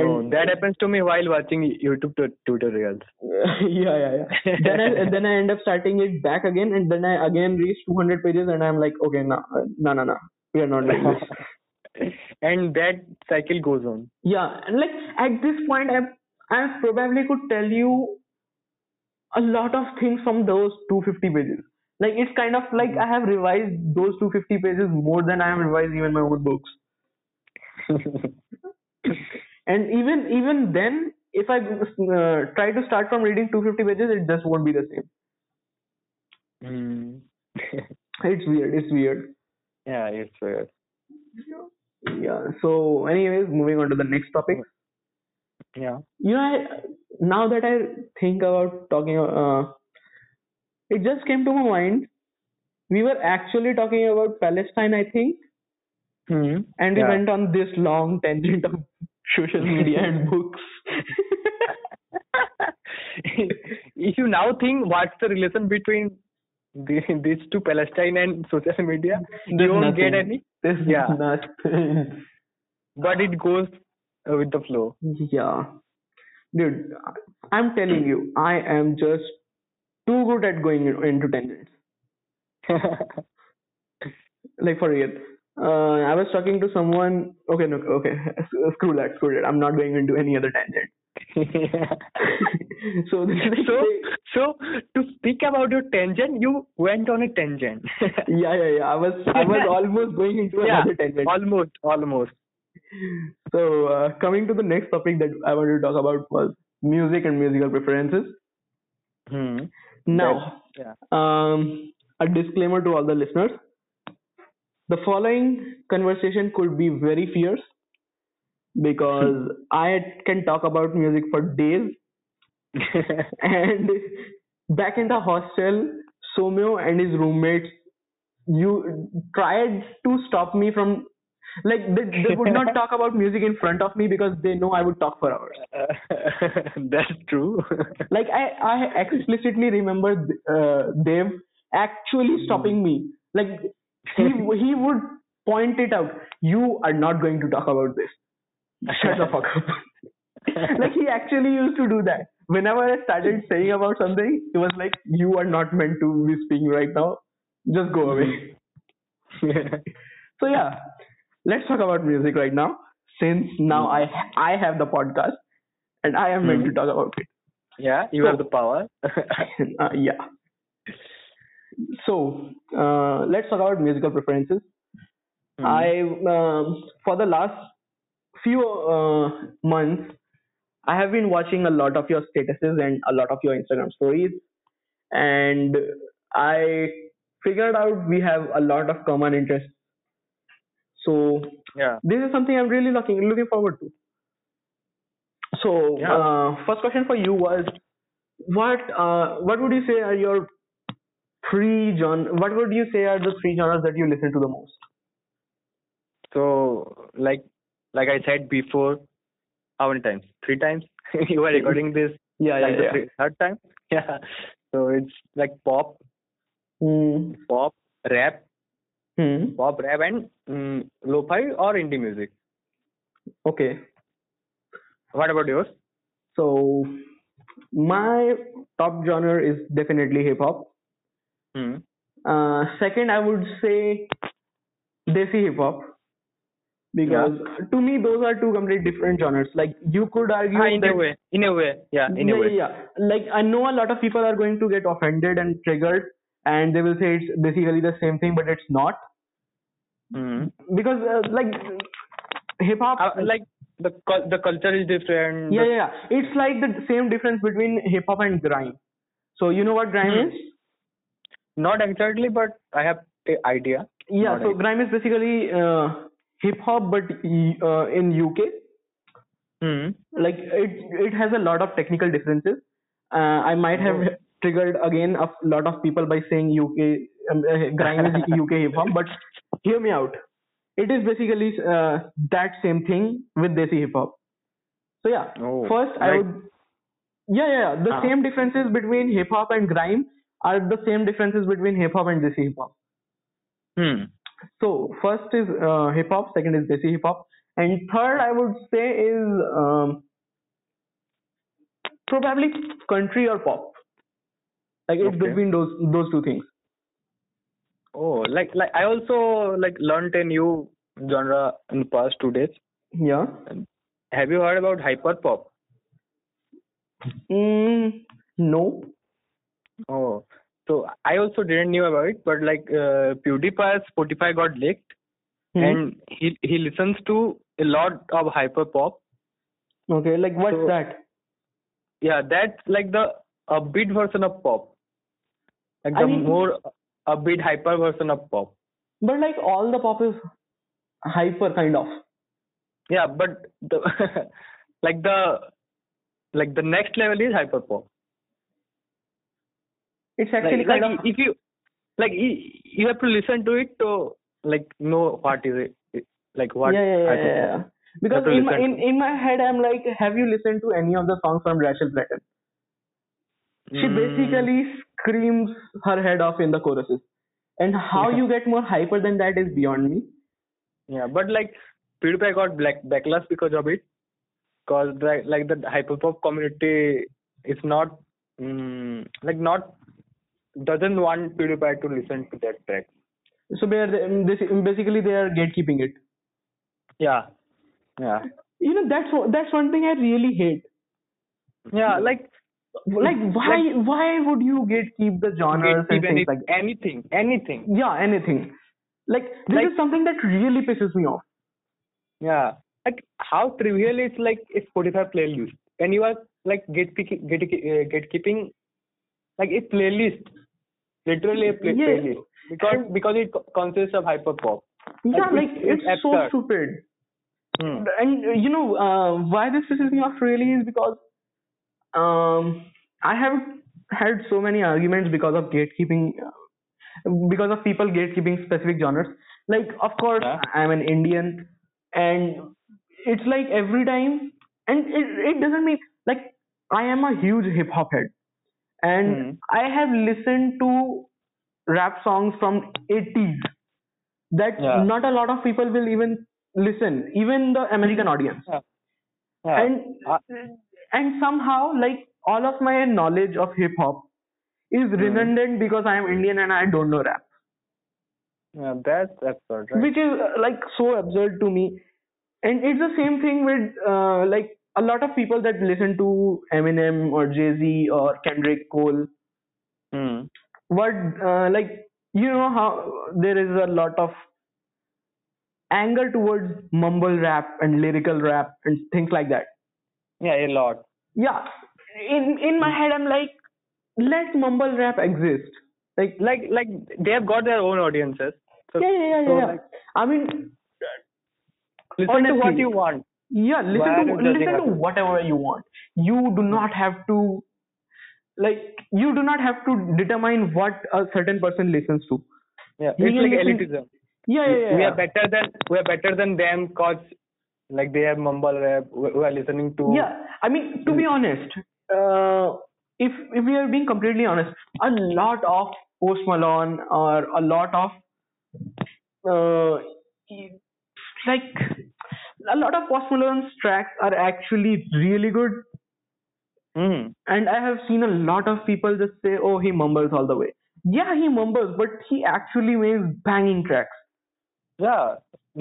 S1: And
S2: No, Oh, that happens to me while watching YouTube tu- tutorials.
S1: yeah, yeah, yeah. then I then I end up starting it back again, and then I again reach 200 pages, and I'm like, okay, no, uh, no, no, no, we are not doing this.
S2: and that cycle goes on.
S1: yeah, and like at this point, I I probably could tell you a lot of things from those 250 pages. Like it's kind of like I have revised those 250 pages more than I have revised even my own books. and even even then if i uh, try to start from reading 250 pages it just won't be the same
S2: Hmm.
S1: it's weird it's weird
S2: yeah, it's weird.
S1: yeah so anyways moving on to the next topic
S2: Yeah.
S1: you know I, now that i think about talking uh, it just came to my mind we were actually talking about palestine i think
S2: Hmm.
S1: and we
S2: Yeah.
S1: went on this long tangent of social media and books
S2: if you now think what's the relation between the, these two Palestine and social media, you
S1: There's
S2: won't get
S1: nothing.
S2: any.
S1: this
S2: Yeah.
S1: is nothing
S2: But it goes uh, with the flow.
S1: Yeah. Dude, I'm telling you, I am just too good at going in- into tangents. Like for real. Uh, I was talking to someone. Okay, no, okay. Screw that. Screw it. I'm not going into any other tangent. so the next
S2: so,
S1: day-
S2: so to speak about your tangent, you went on a tangent.
S1: yeah, yeah, yeah. I was, I was almost going into
S2: Yeah.
S1: another tangent.
S2: almost, almost.
S1: So uh, coming to the next topic that I wanted to talk about was music and musical preferences.
S2: Hmm.
S1: Now,
S2: Yeah.
S1: um, a disclaimer to all the listeners. The following conversation could be very fierce because I can talk about music for days. And back in the hostel, Somyo and his roommates, you tried to stop me from like they, they would not talk about music in front of me because they know I would talk for hours.
S2: That's true.
S1: Like I, I explicitly remember uh, Dev actually stopping me. Like he he would point it out. You are not going to talk about this. Shut the fuck up. like he actually used to do that. Whenever I started saying about something, he was like, "You are not meant to be speaking right now. Just go away." So yeah, let's talk about music right now. Since now I I have the podcast and I am meant to
S2: Mhm.
S1: talk about it.
S2: yeah, you have the power.
S1: uh, yeah. So uh, let's talk about musical preferences. Hmm.
S2: Hmm.
S1: I um, for the last few uh, months, I have been watching a lot of your statuses and a lot of your Instagram stories, and I figured out we have a lot of common interests. So
S2: yeah.
S1: this is something I'm really looking looking forward to. So
S2: Yeah.
S1: uh, first question for you was what uh, what would you say are your three genre what would you say are the three genres that you listen to the most?
S2: So like like I said before, how many times? Three times. you are recording this
S1: Yeah,
S2: like the three, third time. Yeah. So it's like pop,
S1: Mm.
S2: pop, rap,
S1: Hmm.
S2: pop, rap, and mm, lo-fi or indie music.
S1: Okay.
S2: What about yours?
S1: So my top genre is definitely hip hop.
S2: Hmm.
S1: Uh, second, I would say desi hip hop because to me those are two complete different genres. Like you could argue
S2: Ah, in
S1: that
S2: a way, in a way, yeah, in a
S1: yeah,
S2: way.
S1: yeah, yeah. Like I know a lot of people are going to get offended and triggered, and they will say it's basically the same thing, but it's not
S2: Hmm.
S1: because uh, like hip hop.
S2: Uh, like the cul- the culture is different.
S1: yeah,
S2: the-
S1: yeah, yeah. It's like the same difference between hip hop and grime. So you know what grime
S2: Hmm.
S1: is?
S2: Not exactly, but I have a idea.
S1: Yeah.
S2: Not
S1: so
S2: it.
S1: grime is basically uh, hip hop, but y- uh, in UK,
S2: Hmm.
S1: like it it has a lot of technical differences. Uh, I might have
S2: Oh.
S1: triggered again a lot of people by saying UK um, uh, grime is UK hip hop, but hear me out. It is basically uh, that same thing with desi hip hop. So yeah,
S2: Oh,
S1: first I
S2: like-
S1: would yeah yeah, yeah. the
S2: Ah.
S1: same differences between hip hop and grime are the same differences between hip hop and desi hip hop.
S2: Hmm.
S1: So first is uh, hip hop, second is desi hip hop, and third I would say is um, probably country or pop. Like it's
S2: Okay.
S1: between those those two things.
S2: Oh, like like I also like learned a new genre in the past two days.
S1: Yeah.
S2: Have you heard about hyperpop?
S1: Mm, no.
S2: Oh, so I also didn't knew about it, but like uh, PewDiePie's Spotify got leaked,
S1: Hmm.
S2: and he he listens to a lot of hyperpop.
S1: okay, like what's
S2: So-
S1: that?
S2: Yeah, that's like the upbeat version of pop, like the
S1: I mean-
S2: more upbeat hyper version of pop.
S1: But like all the pop is hyper kind of.
S2: Yeah, but the like the like the next level is hyperpop.
S1: It's
S2: Like,
S1: actually
S2: like
S1: kind of
S2: if you like i- you have to listen to it to like know what is it like what
S1: yeah, yeah, yeah, yeah,
S2: hyperpop.
S1: yeah. Because
S2: That's
S1: in my,
S2: what
S1: in, in my head I'm like, have you listened to any of the songs from Rachel Platten? She
S2: Mm.
S1: basically screams her head off in the choruses. And how
S2: Yeah.
S1: you get more hyper than that is beyond me.
S2: Yeah, but like PewDiePie got black backlash because of it, because like like the hyperpop community is not mm, like not doesn't want PewDiePie to listen to that track.
S1: So they are um, this, basically they are gatekeeping it.
S2: Yeah, yeah,
S1: You know that's one- that's one thing I really hate.
S2: yeah. Like
S1: Like why why would you gatekeep the genres and
S2: gatekeep
S1: things
S2: any-
S1: like
S2: anything, anything.
S1: yeah anything like this
S2: Like-
S1: is something that really pisses me off
S2: Yeah, like how trivial is like a Spotify playlist, and you are like gatekeeping, gatekeep, uh, gatekeeping like a playlist, literally a play-
S1: Yeah.
S2: playlist because because it co- consists of hyperpop.
S1: yeah
S2: it's-
S1: like it's,
S2: it's
S1: so
S2: absurd.
S1: stupid
S2: Hmm.
S1: and uh, you know uh, why this pisses me off really is because um i have had so many arguments because of gatekeeping uh, because of people gatekeeping specific genres like of course
S2: Yeah.
S1: i'm an indian and it's like every time and it, it doesn't mean like i am a huge hip hop head and
S2: Hmm.
S1: i have listened to rap songs from 80s that
S2: Yeah.
S1: not a lot of people will even listen even the american audience
S2: Mm-hmm. Yeah.
S1: and
S2: Uh,
S1: and somehow like all of my knowledge of hip hop is
S2: Mm.
S1: redundant because i am indian and i don't know rap
S2: yeah, that's absurd, right?
S1: which is uh, like so absurd to me and it's the same thing with uh, like a lot of people that listen to eminem or jay-z or kendrick cole
S2: Hmm.
S1: what uh, like you know how there is a lot of anger towards mumble rap and lyrical rap and things like that
S2: Yeah, a lot.
S1: yeah in in my head i'm like let mumble rap exist like
S2: Like like they have got their own audiences. So
S1: yeah yeah yeah,
S2: so,
S1: yeah, yeah.
S2: like,
S1: i mean
S2: listen to what
S1: Honestly.
S2: you want.
S1: yeah
S2: Why
S1: listen
S2: are
S1: to
S2: you judging
S1: listen to
S2: us?
S1: whatever you want you do not have to like you do not have to determine what a certain person listens to
S2: Yeah,
S1: You can
S2: it's like
S1: listen-
S2: elitism.
S1: yeah yeah, yeah,
S2: We
S1: yeah.
S2: are better than we are better than them cause like they have mumble rap. We we are listening to
S1: yeah i mean to be honest uh, if if we are being completely honest a lot of post malone or a lot of uh, e- like a lot of post malone's tracks are actually really good
S2: Hmm.
S1: and i have seen a lot of people just say oh he mumbles all the way yeah he mumbles but he actually makes banging tracks
S2: Yeah,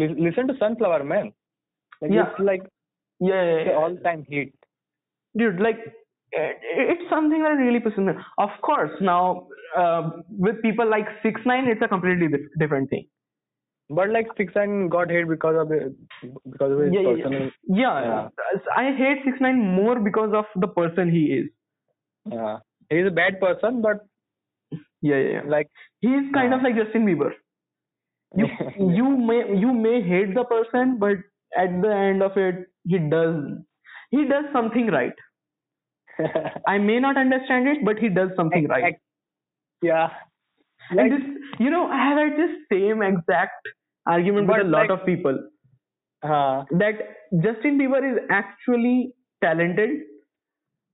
S2: Lis- listen to Sunflower Man. Like
S1: Yeah.
S2: it's like
S1: yeah, yeah,
S2: the
S1: yeah.
S2: all-time hit.
S1: dude like it, it's something that really pisses me off. of course now uh, with people like six nine it's a completely dif- different thing
S2: But like Six Nine got hit because of it, because of his
S1: yeah, yeah,
S2: personal.
S1: yeah. yeah i hate six nine more because of the person he is
S2: Yeah, he's a bad person, but
S1: yeah yeah, yeah.
S2: like
S1: he's kind
S2: Yeah.
S1: of like justin bieber you you may you may hate the person but at the end of it he does he does something right i may not understand it but he does something right
S2: Ac- yeah. Like,
S1: and this, you know, I have had this same exact argument with
S2: But
S1: a lot
S2: like-
S1: of people
S2: uh,
S1: that Justin Bieber is actually talented,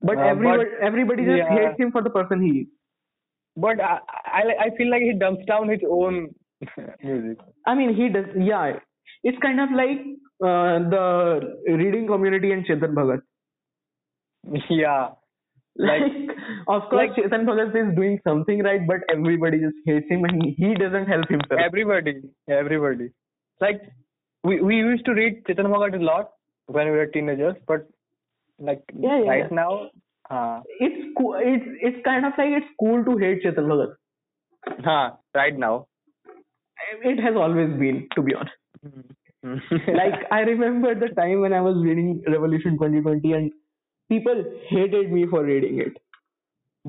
S1: but
S2: Uh, but-
S1: everybody everybody just
S2: yeah.
S1: hates him for the person he is.
S2: but I, I I feel like he dumps down his own music.
S1: I mean, he does. Yeah, it's kind of like uh, the reading community and Chetan Bhagat.
S2: Yeah,
S1: Like,
S2: Like-
S1: of course, Chetan Bhagat is doing something right, but everybody just hates him, and he doesn't help himself.
S2: everybody, everybody. Like we we used to read Chetan Bhagat a lot when we were teenagers, but like
S1: Yeah, yeah,
S2: right
S1: yeah.
S2: now, uh,
S1: It's cool. It's it's kind of like it's cool to hate Chetan Bhagat.
S2: huh, right now.
S1: It has always been, to be honest. Mm-hmm. like I remember the time when I was reading Revolution 2020 and people hated me for reading it.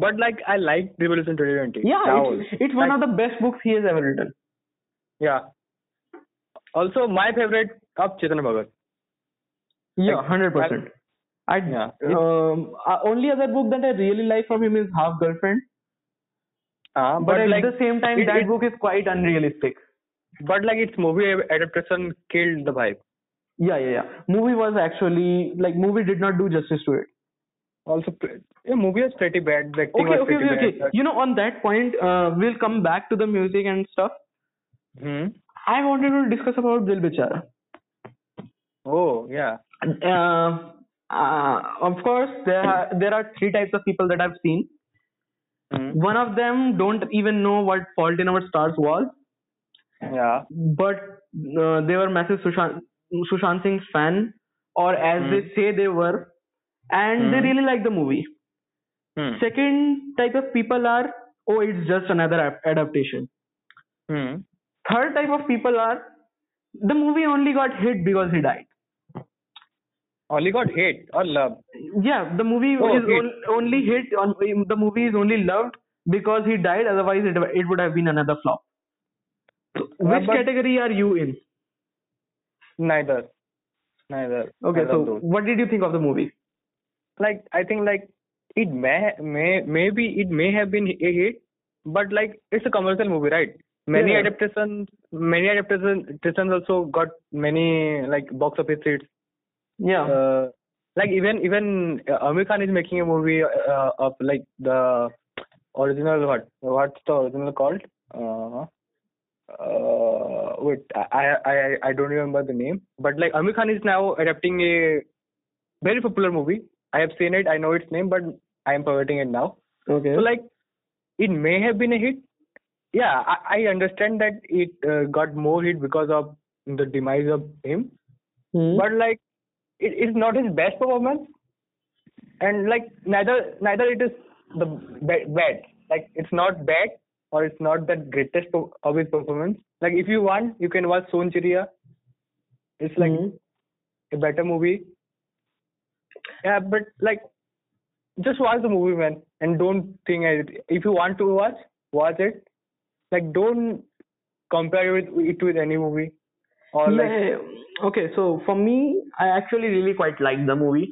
S2: but like I like Revolution 2020.
S1: Yeah,
S2: Now
S1: it's, it's one of the best books he has ever written.
S2: Yeah. Also, my favorite of Chetan Bhagat.
S1: Yeah,
S2: Like,
S1: hundred percent. I
S2: Yeah.
S1: um uh, only other book that I really like from him is Half Girlfriend,
S2: Uh,
S1: but,
S2: but
S1: at
S2: like,
S1: the same time
S2: it-
S1: that
S2: it-
S1: book is quite unrealistic.
S2: but like its movie adaptation killed the vibe.
S1: Yeah, yeah, yeah. Movie was actually like movie did not do justice to it.
S2: Also, pre- yeah, movie was pretty bad. The acting
S1: Okay,
S2: was
S1: okay,
S2: pretty
S1: okay, okay.
S2: bad.
S1: You know, on that point, uh, we'll come back to the music and stuff.
S2: Hmm.
S1: I wanted to discuss about Dil Bichara.
S2: Oh yeah.
S1: uh, uh, of course there are there are three types of people that I've seen.
S2: Hmm.
S1: One of them don't even know what Fault in Our Stars was,
S2: Yeah.
S1: but uh, they were massive Sushant Sushant Singh's fan, or as
S2: Hmm.
S1: they say they were, and they
S2: Hmm.
S1: really like the movie.
S2: Hmm.
S1: Second type of people are oh it's just another ap- adaptation.
S2: Hmm.
S1: Third type of people are the movie only got hit because he died.
S2: Only got hate or love.
S1: yeah the movie
S2: Oh,
S1: is
S2: hit.
S1: on, only hit on the movie is only loved because he died otherwise it, it would have been another flop which
S2: Uh, but-
S1: category are you in
S2: Neither. Neither.
S1: okay
S2: Neither
S1: so
S2: of those.
S1: what did you think of the movie
S2: like I think like it may may maybe it may have been a hit, but like it's a commercial movie, right? Many
S1: Yeah.
S2: adaptations, many adaptations adaptations also got many like box office hits.
S1: yeah
S2: Uh, like even even uh, Amir Khan is making a movie uh, of like the original what what's the original called? Uh, uh, wait, I, I I I don't remember the name. But like Amir Khan is now adapting a very popular movie. I have seen it. I know its name, but I am forgetting it now.
S1: okay
S2: So like it may have been a hit. Yeah, I, I understand that it uh, got more hit because of the demise of him
S1: Hmm.
S2: but like it is not his best performance and like neither neither it is the ba- bad like it's not bad or it's not the greatest per- of his performance like if you want you can watch Son Chiria it's like
S1: Hmm.
S2: a better movie yeah but like just watch the movie man and don't think I- if you want to watch watch it like don't compare it with, it with any movie or like
S1: Yeah. okay so for me i actually really quite liked the movie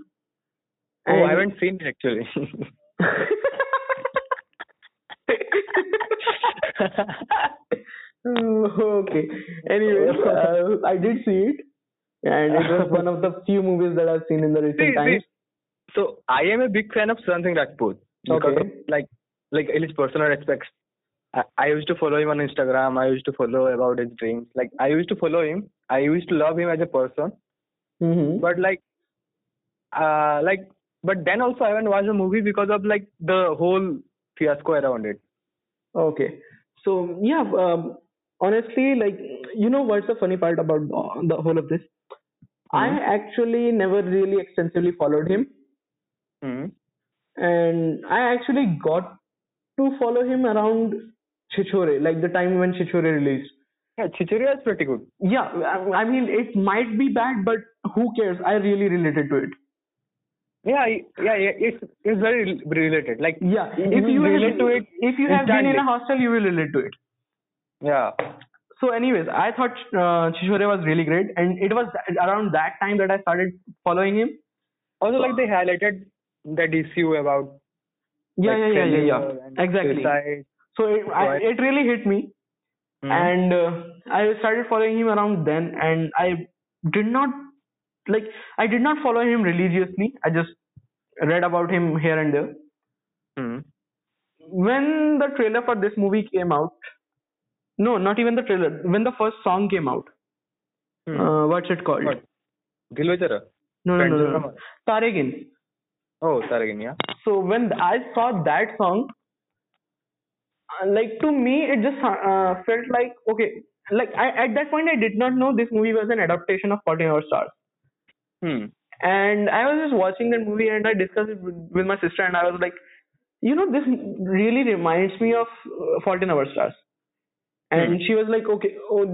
S2: oh I
S1: And-
S2: haven't seen it actually
S1: okay. Anyway, uh, I did see it, and it was one of the few movies that I've seen in the
S2: See,
S1: recent
S2: see,
S1: times.
S2: so I am a big fan of Sun Singh Rajput because
S1: Okay.
S2: of, like like his personal aspects. I, I used to follow him on Instagram. I used to follow about his dreams. Like I used to follow him. I used to love him as a person.
S1: Mm-hmm.
S2: But like, uh, like but then also I haven't watched the movie because of like the whole fiasco around it.
S1: Okay. So yeah, um, honestly, like you know what's the funny part about the, the whole of this?
S2: Hmm.
S1: I actually never really extensively followed him,
S2: hmm
S1: and I actually got to follow him around Chichore, like the time when Chichore released.
S2: Yeah, Chichiriya is pretty good.
S1: Yeah, I I mean it might be bad, but who cares? I really related to it.
S2: Yeah, I- yeah, yeah. It's it's very rel- related. Like
S1: Yeah,
S2: you
S1: if you have-
S2: relate to it
S1: if you have been in a
S2: instantly.
S1: hostel, you will relate to it.
S2: yeah.
S1: So, anyways, I thought uh, Chishore was really great, and it was around that time that I started following him.
S2: Also like they highlighted that issue about
S1: Yeah,
S2: like
S1: yeah, yeah, yeah, yeah.
S2: failure and
S1: Exactly.
S2: suicide.
S1: So it I,
S2: Right.
S1: it really hit me, and uh, I started following him around then, and I did not like I did not follow him religiously. I just read about him here and there.
S2: Hmm.
S1: when the trailer for this movie came out, no, not even the trailer. When the first song came out,
S2: Hmm.
S1: uh, what's it called?
S2: What? Dil Bechara?
S1: No, no, no, no, no.
S2: Friends.
S1: Taregen.
S2: Oh, Taragin, yeah.
S1: So when th- I saw that song, uh, like to me, it just uh, felt like okay. Like I, at that point, I did not know this movie was an adaptation of 14 Hour Stars.
S2: Hmm.
S1: and I was just watching that movie and I discussed it with, with my sister and I was like, you know, this really reminds me of uh, Fault in Our Stars. And she was like, okay, oh,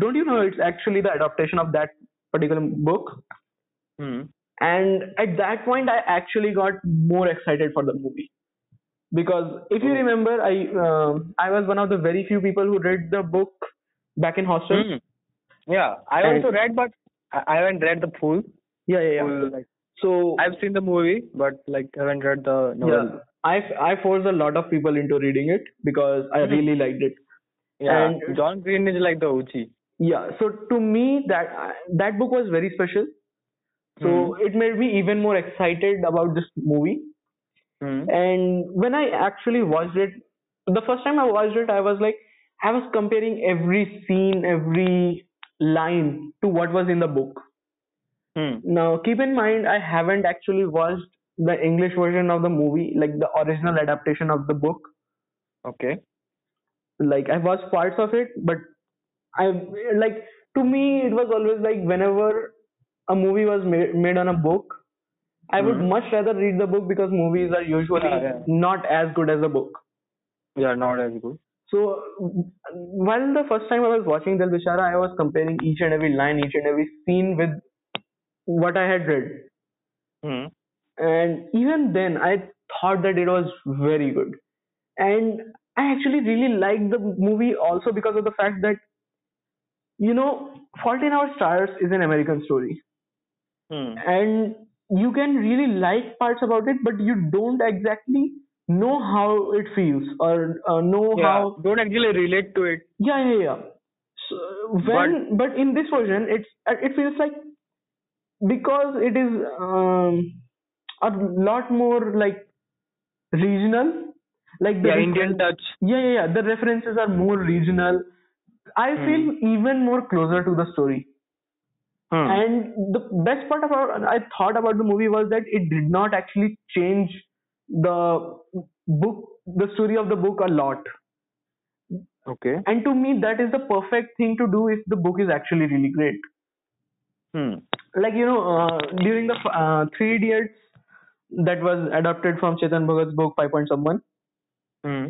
S1: don't you know it's actually the adaptation of that particular book?
S2: Hmm.
S1: And at that point, I actually got more excited for the movie because if you
S2: Oh.
S1: remember, I um I was one of the very few people who read the book back in hostel.
S2: Hmm. Yeah, I
S1: And-
S2: also read, but I I haven't read the full.
S1: Yeah, yeah, yeah.
S2: full, like,
S1: So
S2: I've seen the movie, but like haven't read the novel.
S1: yeah, I I forced a lot of people into reading it because I
S2: Mhm.
S1: really liked it.
S2: Yeah,
S1: And-
S2: John Green is like the OG.
S1: Yeah, so to me that that book was very special. So it made me even more excited about this movie.
S2: Hmm.
S1: And when I actually watched it, the first time I watched it, I was like, I was comparing every scene, every line to what was in the book.
S2: Hmm.
S1: Now, keep in mind, I haven't actually watched the English version of the movie, like the original adaptation of the book.
S2: Okay.
S1: like i watched parts of it but i like to me it was always like whenever a movie was made, made on a book i would
S2: Mhm.
S1: much rather read the book because movies are usually
S2: Yeah, yeah.
S1: not as good as the book
S2: Yeah, not as good.
S1: so w- while the first time i was watching dil bishara i was comparing each and every line each and every scene with what i had read
S2: Hmm.
S1: and even then i thought that it was very good and i actually really liked the movie also because of the fact that you know 14 hour stars is an american story
S2: Hmm.
S1: and you can really like parts about it but you don't exactly know how it feels or uh, know
S2: Yeah,
S1: how
S2: don't actually relate to it.
S1: yeah, yeah, yeah. So, when, but, in this version, it's uh, it feels like because it is um, a lot more like regional, like the
S2: Yeah,
S1: refer-
S2: Indian touch.
S1: Yeah, yeah, yeah. The references are more regional. I feel even more closer to the story.
S2: Hmm.
S1: And the best part about I thought about the movie was that it did not actually change the book, the story of the book a lot
S2: Okay.
S1: and to me that is the perfect thing to do if the book is actually really great
S2: Hmm.
S1: like you know uh, during the uh, three idiots that was adapted from chetan bhagat's book five point someone
S2: Hmm.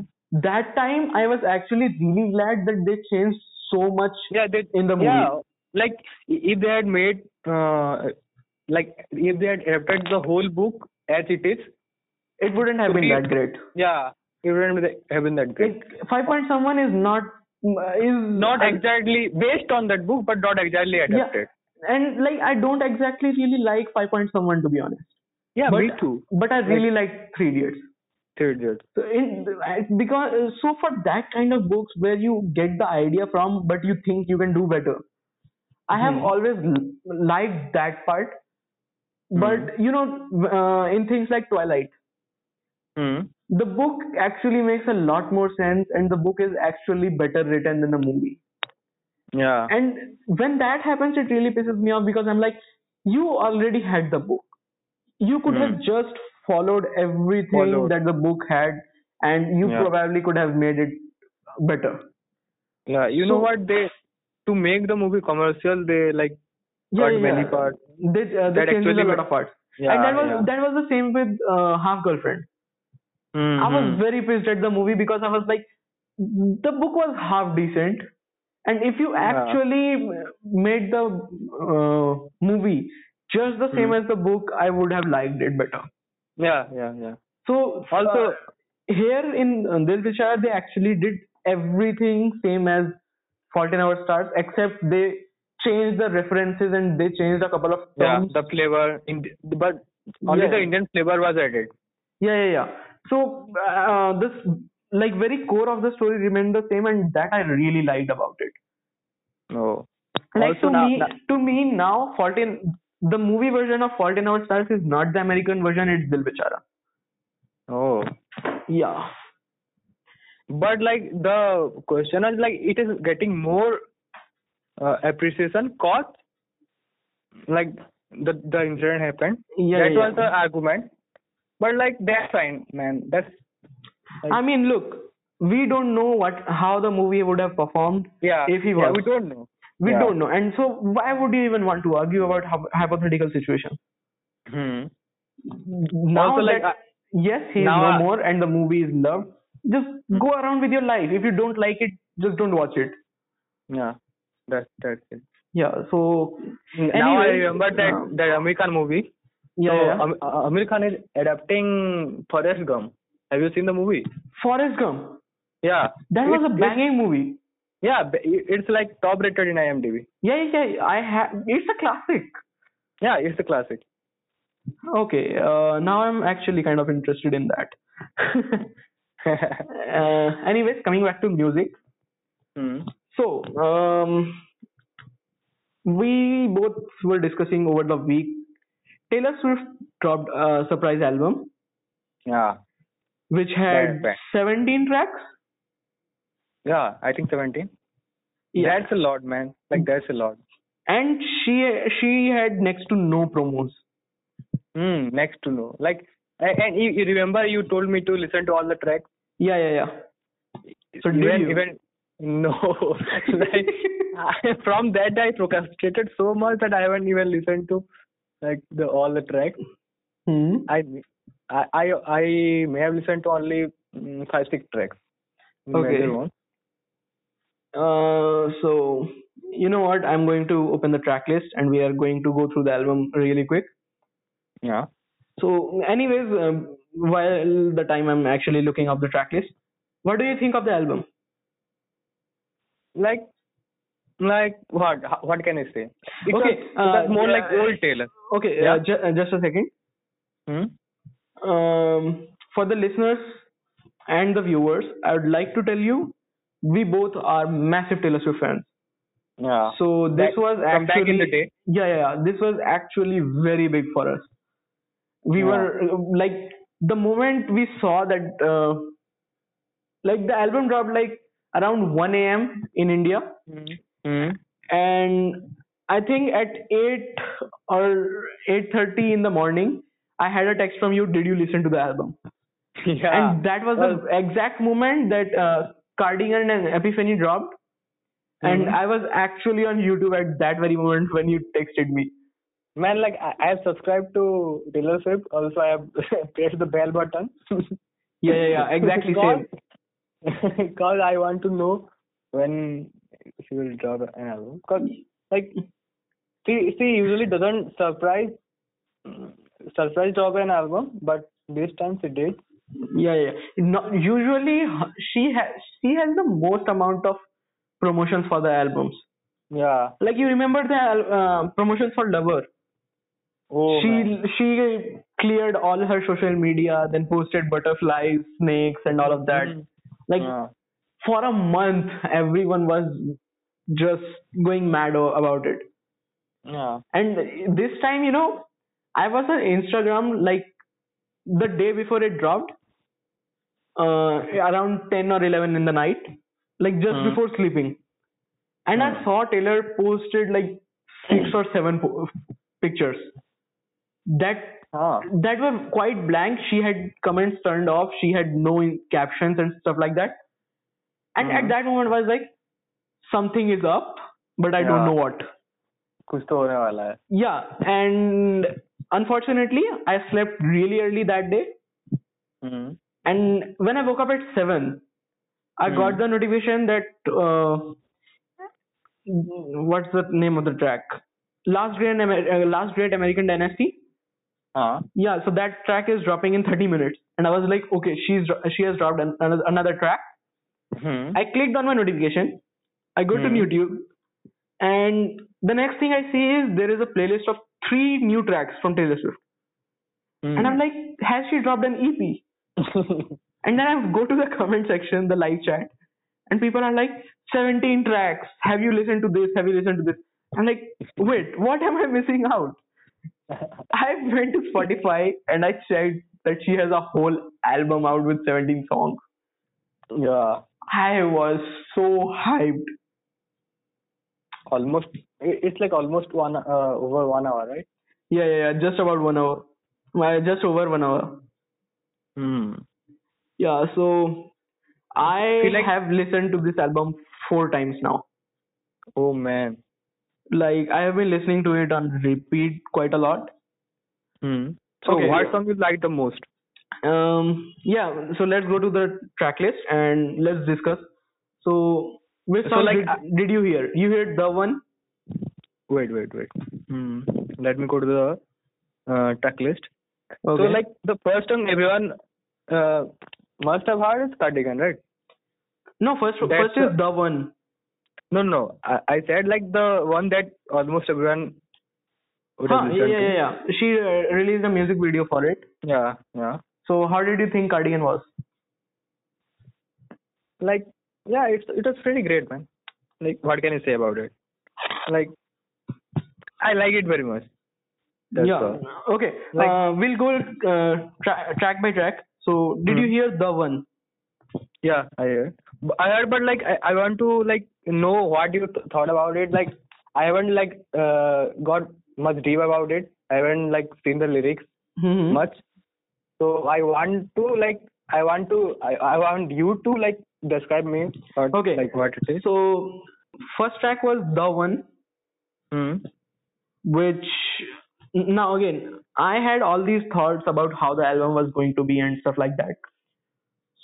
S1: that time i was actually really glad that they changed so much
S2: Yeah, they
S1: in the movie
S2: Yeah, like i- if they had made uh, like if they had adapted the whole book as it is,
S1: it wouldn't have been that great
S2: yeah, it wouldn't be- have been that great.
S1: it, five point someone is not uh, is
S2: Not
S1: I-
S2: exactly based on that book, but not exactly adapted.
S1: and like i don't exactly really like five point someone to be honest
S2: Yeah,
S1: but,
S2: me too.
S1: but i really like three idiots
S2: Third year.
S1: So in because uh, so for that kind of books where you get the idea from but you think you can do better i have
S2: Hmm.
S1: always l- liked that part but you know uh, in things like twilight
S2: Hmm.
S1: the book actually makes a lot more sense and the book is actually better written than the movie
S2: Yeah.
S1: and when that happens it really pisses me off because i'm like you already had the book you could have
S2: Hmm.
S1: just followed everything
S2: Followed.
S1: that the book had and you
S2: Yeah.
S1: probably could have made it better
S2: Yeah. You know
S1: So-
S2: what they to make the movie commercial, they like
S1: yeah,
S2: cut
S1: yeah,
S2: many
S1: yeah.
S2: parts.
S1: they, uh, they
S2: That
S1: changes a
S2: actually
S1: lot
S2: were-
S1: of parts
S2: Yeah.
S1: and that was
S2: yeah.
S1: that was the same with uh, half girlfriend i was
S2: Mhm.
S1: very pissed at the movie because i was like the book was half decent and if you
S2: Yeah.
S1: actually made the uh, movie just the same
S2: Hmm.
S1: as the book i would have liked it better
S2: yeah. Yeah. Yeah.
S1: So
S2: Also-
S1: uh, here in uh, Dil Bechara, they actually did everything same as Fault in Our Stars, except they changed the references and they changed a couple of
S2: Yeah.
S1: terms.
S2: The flavor, in, but only
S1: Yeah.
S2: the Indian flavor was added.
S1: yeah, yeah, yeah. So uh, this like very core of the story remained the same, and that I really liked about it.
S2: No.
S1: Like
S2: Also
S1: to
S2: now-
S1: me,
S2: now-
S1: to me now, Fault in the movie version of Fault in Our Stars is not the American version; it's Dil Bechara.
S2: Oh.
S1: Yeah.
S2: but like the question is like it is getting more uh, appreciation cause like the the incident happened
S1: Yeah,
S2: that
S1: yeah,
S2: was
S1: yeah.
S2: the argument but like that's fine man that's like-
S1: I mean, look, we don't know what how the movie would have performed.
S2: yeah
S1: If he
S2: yeah,
S1: was.
S2: we don't know
S1: We
S2: Yeah.
S1: don't know, and so why would you even want to argue about hy- hypothetical situation?
S2: hmm.
S1: Now
S2: Also, like, uh,
S1: that- yes, he is
S2: now
S1: no
S2: I- Hmm.
S1: more, and the movie is loved. Just go around with your life. If you don't like it, just don't watch it.
S2: yeah that's that's it
S1: Yeah. So
S2: now
S1: Anyway,
S2: i remember that
S1: yeah.
S2: that amir khan movie
S1: yeah,
S2: so
S1: yeah.
S2: Am- uh, amir khan is adapting forrest gump have you seen the movie
S1: Forrest Gump.
S2: yeah
S1: That was
S2: It-
S1: a
S2: it-
S1: banging movie.
S2: yeah b- it's like top rated in imdb
S1: Yeah, yeah, yeah. I have. It's a classic.
S2: yeah it's a classic
S1: Okay. Uh, now I'm actually kind of interested in that. uh, anyways, coming back to music.
S2: hmm.
S1: So, um, we both were discussing over the week. Taylor Swift dropped a surprise album
S2: yeah
S1: which had
S2: Right, right.
S1: 17 tracks.
S2: yeah i think 17
S1: Yeah. Hmm.
S2: that's a lot man like that's a lot
S1: And she she had next to no promos.
S2: Hmm, next to no. Like, a- and you, you remember you told me to listen to all the tracks.
S1: Yeah, yeah, yeah. So did
S2: even
S1: you?
S2: even no, like I, from that I procrastinated so much that I haven't even listened to like the all the tracks.
S1: Hmm.
S2: I I I, I may have listened to only mm, five six tracks.
S1: Okay.
S2: Major ones.
S1: Uh, so you know what? I'm going to open the track list and we are going to go through the album really quick.
S2: Yeah.
S1: So, anyways, um, while the time I'm actually looking up the track list, what do you think of the album?
S2: Like. Like what? Ho- What can I say? It
S1: Okay,
S2: was-
S1: uh,
S2: it was more
S1: yeah,
S2: like old Taylor.
S1: Okay, uh,
S2: Yeah.
S1: ju- uh, just a second.
S2: Hmm?
S1: Um, for the listeners and the viewers, I would like to tell you, we both are massive Taylor Swift fans.
S2: Yeah.
S1: So this
S2: Ah. Back-
S1: was
S2: from
S1: actually
S2: back in the day.
S1: Yeah, yeah, yeah. This was actually very big for us. We
S2: Yeah.
S1: were uh, like the moment we saw that, uh, like the album dropped like around 1 a.m. in India,
S2: Hmm. Hmm.
S1: and I think at 8 or 8:30 in the morning, I had a text from you. Did you listen to the album?
S2: Yeah.
S1: and that was
S2: Well-
S1: the exact moment that uh, Cardigan and Epiphany dropped. And
S2: Mhm.
S1: I was actually on YouTube at that very moment when you texted me.
S2: Man, like I, I have subscribed to Taylor Swift. Also, I have pressed the bell button.
S1: Yeah, yeah, yeah, exactly
S2: because,
S1: same.
S2: because I want to know when she will drop an album. Because like she she usually doesn't surprise surprise drop an album, but this time she did.
S1: Yeah, yeah. No, usually h- she has she has the most amount of promotions for the albums.
S2: Yeah.
S1: Like you remember the al- uh, promotions for Lover.
S2: Oh
S1: she
S2: man.
S1: she cleared all her social media, then posted butterflies, snakes, and all of that.
S2: Mhm.
S1: Like
S2: Yeah.
S1: for a month everyone was just going mad o- about it
S2: yeah.
S1: and this time you know i was on instagram like the day before it dropped uh, around 10 or 11 in the night like just
S2: Hmm.
S1: before sleeping and i
S2: Hmm.
S1: saw taylor posted like six or seven po- pictures that
S2: Ah.
S1: that were quite blank. She had comments turned off. She had no in- captions and stuff like that. And at
S2: Mhm.
S1: that moment, I was like, something is up, but I don't
S2: Yeah.
S1: know what.
S2: कुछ तो होने वाला है.
S1: Yeah, and unfortunately, I slept really early that day.
S2: Hmm.
S1: And when I woke up at seven, I
S2: Mhm.
S1: got the notification that uh, what's the name of the track? Last Great Amer- uh, Last Great American Dynasty.
S2: Ah.
S1: yeah so that track is dropping in 30 minutes and i was like okay she's dro- she has dropped an- another, another track
S2: Hmm.
S1: i clicked on my notification i go
S2: Hmm.
S1: to youtube and the next thing i see is there is a playlist of three new tracks from taylor swift
S2: Hmm.
S1: and i'm like has she dropped an ep
S2: like.
S1: and then i go to the comment section the live chat and people are like 17 tracks have you listened to this have you listened to this i'm like wait what am i missing out I went to Spotify and I checked that she has a whole album out with 17 songs.
S2: yeah
S1: I was so hyped.
S2: almost it- it's like almost one uh, over one hour right
S1: Yeah, yeah, yeah. Just about one hour. My just over one hour.
S2: hmm.
S1: Yeah. So I
S2: Feel like-
S1: have listened to this album four times now.
S2: oh man
S1: Like I have been listening to it on repeat quite a lot.
S2: hmm. so
S1: Okay,
S2: what
S1: yeah.
S2: song you like the most
S1: Um. Yeah. So let's go to the track list and let's discuss. So which
S2: So,
S1: song
S2: like,
S1: did, did you hear? You heard the one?
S2: wait wait wait hmm. let me go to the uh, track list so like the first song everyone uh, must have heard is cardigan right
S1: no. First,
S2: that's
S1: first is the one.
S2: no no I, I said like the one that almost everyone would
S1: Huh,
S2: have
S1: yeah,
S2: listened
S1: yeah, yeah, yeah. She uh, released a music video for it.
S2: to yeah yeah
S1: So how did you think Cardigan was?
S2: like yeah it's it was pretty great man like what can you say about it like i like it very much That's
S1: yeah.
S2: all.
S1: Okay.
S2: Like-
S1: uh, we'll go uh, tra- track by track. So did you
S2: Hmm.
S1: hear the one?
S2: yeah i heard but, I heard, but like I, I want to like know what you th- thought about it like i haven't like uh, got much deep about it i haven't like seen the lyrics
S1: Mm-hmm.
S2: much so i want to like i want to i, I want you to like describe me or
S1: Okay.
S2: like what it is
S1: So first track was the one,
S2: mm.
S1: which now again I had all these thoughts about how the album was going to be and stuff like that.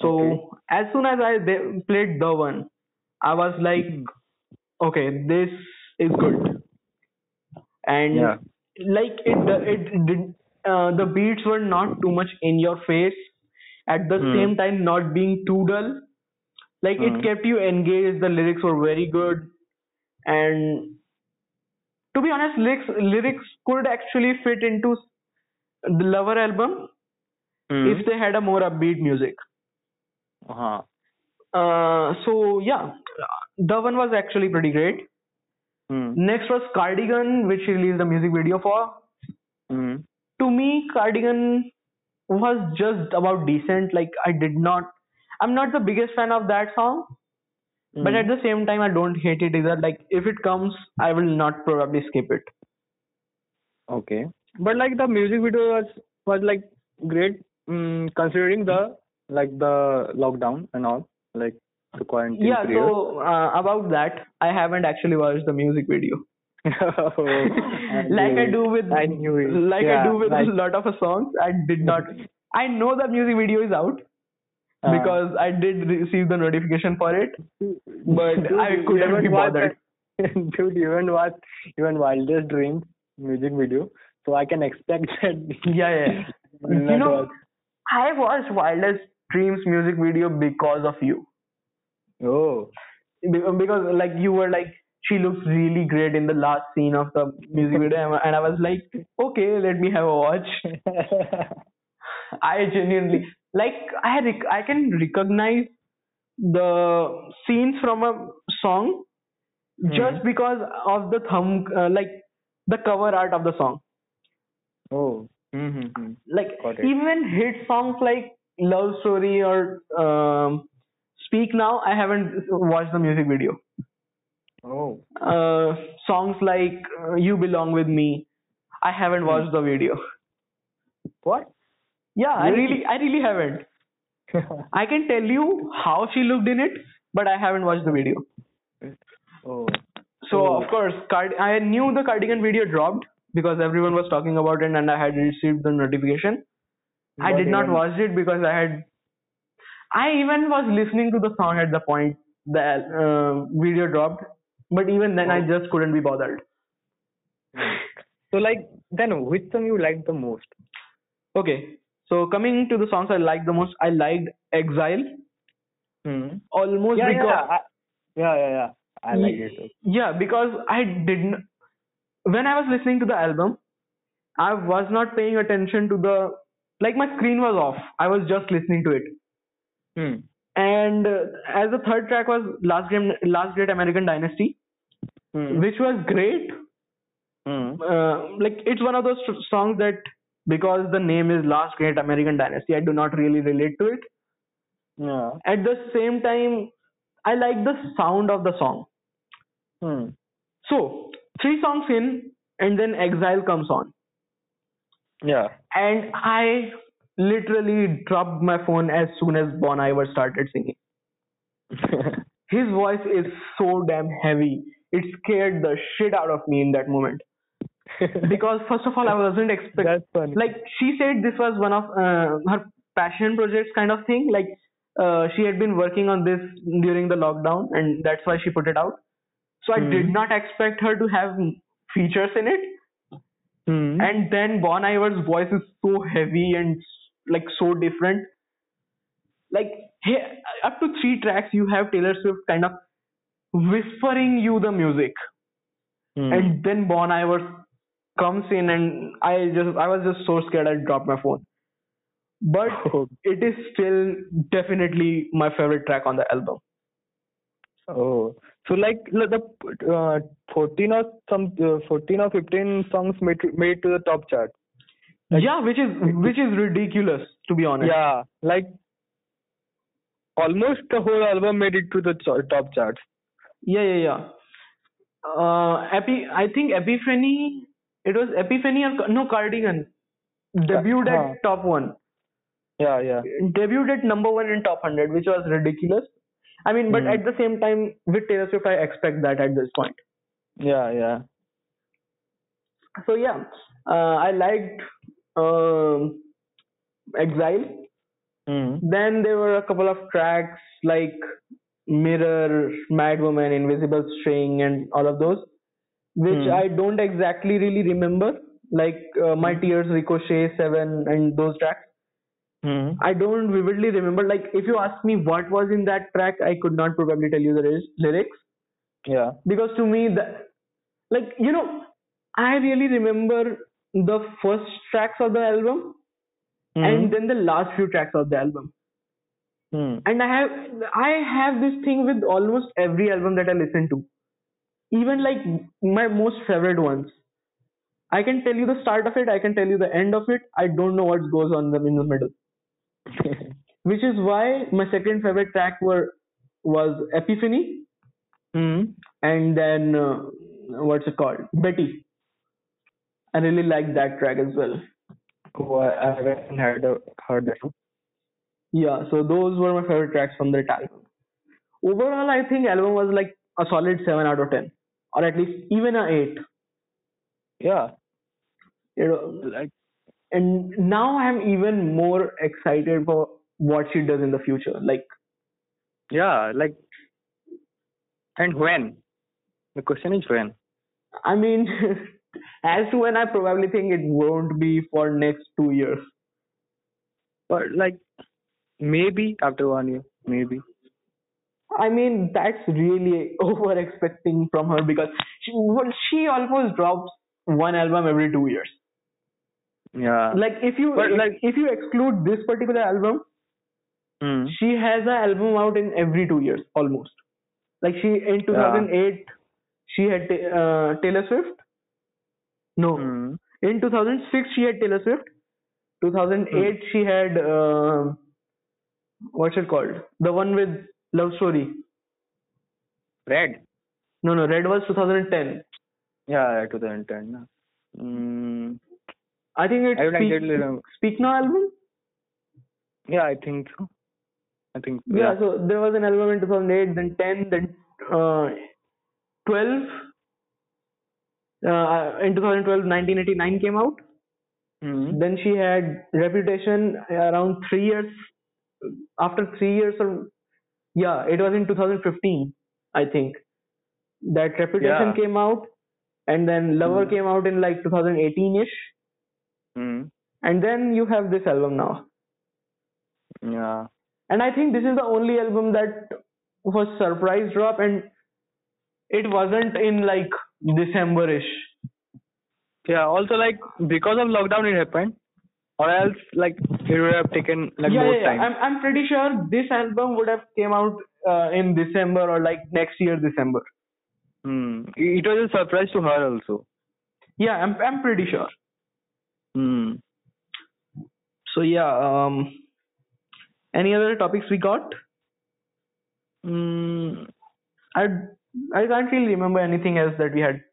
S1: So
S2: Okay.
S1: as soon as I they played the one, I was like, okay, this is good, and
S2: yeah
S1: like it it did uh, the beats were not too much in your face at the
S2: Hmm.
S1: same time not being too dull like
S2: Hmm.
S1: it kept you engaged the lyrics were very good and to be honest lyrics lyrics could actually fit into the lover album
S2: mm.
S1: if they had a more upbeat music
S2: uh-huh.
S1: uh, so yeah the one was actually pretty great
S2: mm.
S1: next was cardigan which he released a music video for
S2: Mm.
S1: to me cardigan was just about decent like i did not i'm not the biggest fan of that song but
S2: Mm.
S1: at the same time i don't hate it either like if it comes i will not probably skip it
S2: Okay. But like the music video was was like great mm, considering the like the lockdown and all like the quarantine
S1: yeah
S2: period.
S1: so uh, about that i haven't actually watched the music video like i do with
S2: I knew it.
S1: like i
S2: Yeah,
S1: do with
S2: like-
S1: a lot of songs i did not i know that music video is out
S2: Uh,
S1: because i did receive the notification for it but
S2: dude,
S1: I
S2: you
S1: couldn't
S2: haven't
S1: be
S2: watched
S1: bothered.
S2: that- Dude, you haven't watched even Wildest Dreams music video, so I can expect that.
S1: yeah yeah you know i watched wildest dreams music video because of you
S2: Oh.
S1: Be- because like you were like she looks really great in the last scene of the music video and I- and i was like okay let me have a watch i genuinely like i rec- i can recognize the scenes from a song
S2: Mm-hmm.
S1: just because of the thumb uh, like the cover art of the song
S2: oh. Mm-hmm.
S1: like
S2: Got it.
S1: even hit songs like love story or um, speak now i haven't watched the music video
S2: Oh.
S1: uh, songs like uh, you belong with me i haven't watched the video
S2: What?
S1: yeah Hmm. i
S2: Really?
S1: really i really haven't i can tell you how she looked in it but i haven't watched the video
S2: oh.
S1: so
S2: Oh.
S1: of course card- i knew the cardigan video dropped because everyone was talking about it and i had received the notification I
S2: Not
S1: did not
S2: even-
S1: watch it because I had. I even was listening to the song at the point the uh, video dropped, but even then I just couldn't be bothered.
S2: So like then which song you like the most?
S1: Okay, so coming to the songs I liked the most, I liked Exile
S2: Hmm.
S1: almost
S2: Yeah, yeah,
S1: because Hmm.
S2: yeah. I, yeah, yeah, yeah. I like it. too.
S1: yeah because I didn't when I was listening to the album, I was not paying attention to the like my screen was off. I was just listening to it.
S2: Hmm.
S1: And uh, as the third track was Last Great, Last Great American Dynasty,
S2: Hmm.
S1: which was great.
S2: Hmm.
S1: Uh, like it's one of those tr- songs that because the name is Last Great American Dynasty, I do not really relate to it.
S2: Yeah.
S1: At the same time, I like the sound of the song.
S2: Hmm.
S1: So, three songs in, and then Exile comes on.
S2: Hmm. Yeah.
S1: And I literally dropped my phone as soon as Bon Iver started singing.
S2: Hmm.
S1: His voice is so damn heavy. It scared the shit out of me in that moment. Because, first of all, I wasn't expecting.
S2: that's funny.
S1: Like, she said this was one of uh, her passion projects kind of thing. Like, uh, she had been working on this during the lockdown, and that's why she put it out. So, I
S2: Hmm.
S1: did not expect her to have features in it.
S2: Hmm.
S1: and then Bon Iver's voice is so heavy and like so different. Like hey, up to three tracks, you have Taylor Swift kind of whispering you the music,
S2: Hmm.
S1: and then Bon Iver comes in, and I just I was just so scared I dropped my phone. But
S2: oh,
S1: it is still definitely my favorite track on the album.
S2: oh. so like l- the uh, 14 or some uh, 14 or 15 songs made to- made to the top chart. Like-
S1: yeah, which is which is ridiculous to be honest.
S2: Yeah, like almost the whole album made it to the cho- top charts.
S1: Yeah, yeah, yeah. Uh, Epi, I think Epiphany. It was Epiphany or Ca- no Cardigan debuted
S2: huh.
S1: at top one.
S2: Yeah, yeah.
S1: Debuted at number one in top hundred, which was ridiculous. I mean, but
S2: Mhm.
S1: at the same time, with Taylor Swift, I expect that at this point.
S2: Yeah, yeah.
S1: So yeah, uh, I liked um Exile.
S2: Mm.
S1: Then there were a couple of tracks like Mirror, Mad Woman, Invisible String, and all of those, which
S2: Hmm.
S1: I don't exactly really remember. Like uh, My Tears, Ricochet, Seven, and those tracks.
S2: Mm.
S1: I don't vividly remember. Like if you ask me what was in that track, I could not probably tell you the ry- lyrics
S2: Yeah.
S1: because to me the like you know I really remember the first tracks of the album
S2: Hmm. Mm-hmm.
S1: and then the last few tracks of the album.
S2: Mm.
S1: and i have i have this thing with almost every album that i listen to even like my most favorite ones i can tell you the start of it i can tell you the end of it i don't know what goes on them in the middle which is why my second favorite track were was epiphany
S2: mm.
S1: and then uh, what's it called betty i really like that track as well
S2: Oh, I I haven't heard of, heard that.
S1: yeah so those were my favorite tracks from that album overall i think album was like a solid 7 out of 10 or at least even a 8
S2: Yeah,
S1: you know
S2: like
S1: and now i'm even more excited for what she does in the future like
S2: yeah, like. And when? The question is when.
S1: i mean as to when i probably think it won't be for next two years
S2: But like, maybe after one year, maybe.
S1: i mean that's really over expecting from her because she, well, she almost drops one album every two years
S2: Yeah.
S1: like if you
S2: But,
S1: if-
S2: like-
S1: if you exclude this particular album
S2: mm.
S1: she has an album out in every two years almost like she in 2008 she had ta- uh, taylor swift no
S2: Mm.
S1: in 2006 she had taylor swift 2008
S2: Hmm.
S1: she had um what's it called the one with love story
S2: Red.
S1: no no red was 2010
S2: Yeah, 2010. yeah. Mm.
S1: i think it's
S2: I would like
S1: speak,
S2: to remember.
S1: speak now album
S2: Yeah, I think so. I think so.
S1: yeah. so there was an album in 2008 then 10 then uh, 12 uh, in 2012 1989 came out
S2: Mm.
S1: then she had reputation around three years after three years or yeah it was in 2015 i think that reputation
S2: Yeah.
S1: came out and then lover
S2: Hmm.
S1: came out in like 2018ish
S2: Mm.
S1: and then you have this album now
S2: Yeah.
S1: and i think this is the only album that was surprise drop and it wasn't in like decemberish
S2: Yeah. Also, like because of lockdown, it happened. Or else, like it would have taken like
S1: yeah,
S2: more
S1: yeah, yeah.
S2: time.
S1: I'm I'm pretty sure this album would have came out uh, in December or like next year December.
S2: Mm. It was a surprise to her also.
S1: Yeah, I'm I'm pretty sure.
S2: Mm.
S1: So yeah, um, Any other topics we got?
S2: Mm,
S1: I I can't really remember anything else that we had.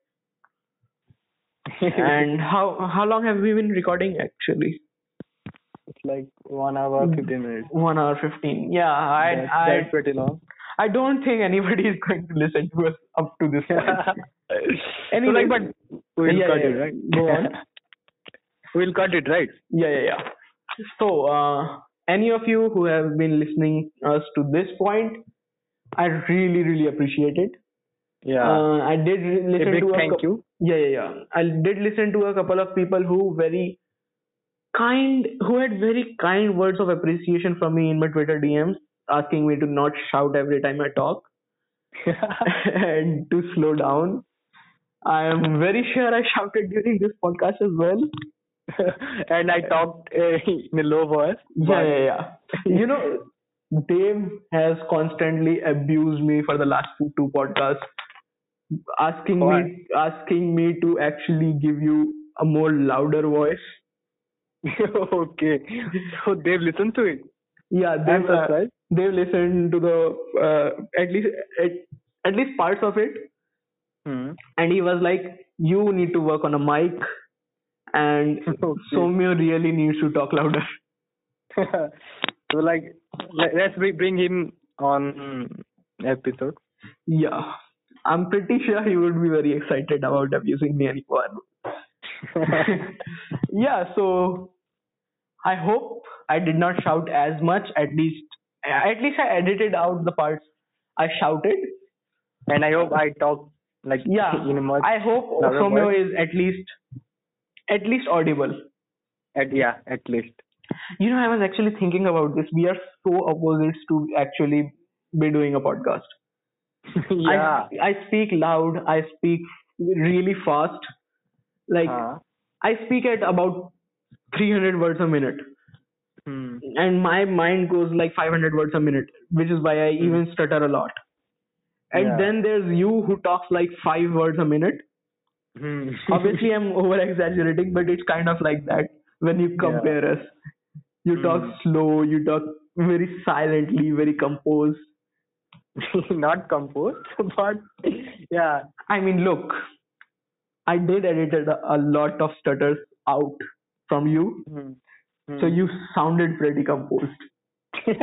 S1: and how how long have we been recording actually?
S2: it's like one hour,
S1: Mm.
S2: 15 minutes.
S1: One hour fifteen. Yeah, I
S2: that's,
S1: I
S2: that's pretty long.
S1: I don't think anybody is going to listen to us up to this point.
S2: So,
S1: Anyway,
S2: like, but we'll
S1: yeah,
S2: cut
S1: yeah,
S2: it,
S1: yeah.
S2: right?
S1: Go on.
S2: we'll cut it, right?
S1: yeah, yeah, yeah. So, uh, any of you who have been listening us to this point, I really, really appreciate it.
S2: Yeah.
S1: Uh, I did re-
S2: a
S1: listen
S2: big
S1: to a
S2: thank
S1: cou-
S2: you.
S1: yeah, yeah, yeah. I did listen to a couple of people who very kind, who had very kind words of appreciation from me in my Twitter DMs, asking me to not shout every time I talk. and to slow down. I am very sure I shouted during this podcast as well.
S2: and I talked uh, in a low voice.
S1: Yeah, yeah, yeah. You know, Dave has constantly abused me for the last two, two podcasts, asking
S2: Why?
S1: me asking me to actually give you a more louder voice.
S2: okay. So Dave listened to it.
S1: Yeah,
S2: I'm
S1: Dave. Uh,
S2: surprised.
S1: Dave listened to the uh, at least at, at least parts of it,
S2: Hmm.
S1: and he was like, "You need to work on a mic." And
S2: Okay.
S1: Somio really needs to talk louder.
S2: so like let, let's bri- bring him on episode
S1: Yeah. I'm pretty sure he would be very excited about abusing me anymore. yeah, so I hope I did not shout as much. At least, at least I edited out the parts I shouted.
S2: and i hope i talk like
S1: Yeah,
S2: in a much
S1: I hope
S2: louder
S1: Somio
S2: voice.
S1: is at least, at least audible.
S2: at yeah at least
S1: You know, I was actually thinking about this. We are so opposites to actually be doing a podcast.
S2: yeah
S1: I, I speak loud. I speak really fast. Like
S2: Uh,
S1: I speak at about 300 words a minute,
S2: hmm.
S1: and my mind goes like 500 words a minute, which is why I even stutter a lot. And
S2: Hmm. Yeah.
S1: then there's you who talks like five words a minute.
S2: Hmm.
S1: Obviously, I'm over exaggerating, but it's kind of like that when you compare us. You talk
S2: Mm.
S1: slow. You talk very silently, very composed.
S2: not composed but yeah
S1: I mean, look, I did edit a a lot of stutters out from you,
S2: Hmm.
S1: so
S2: Hmm.
S1: you sounded pretty composed.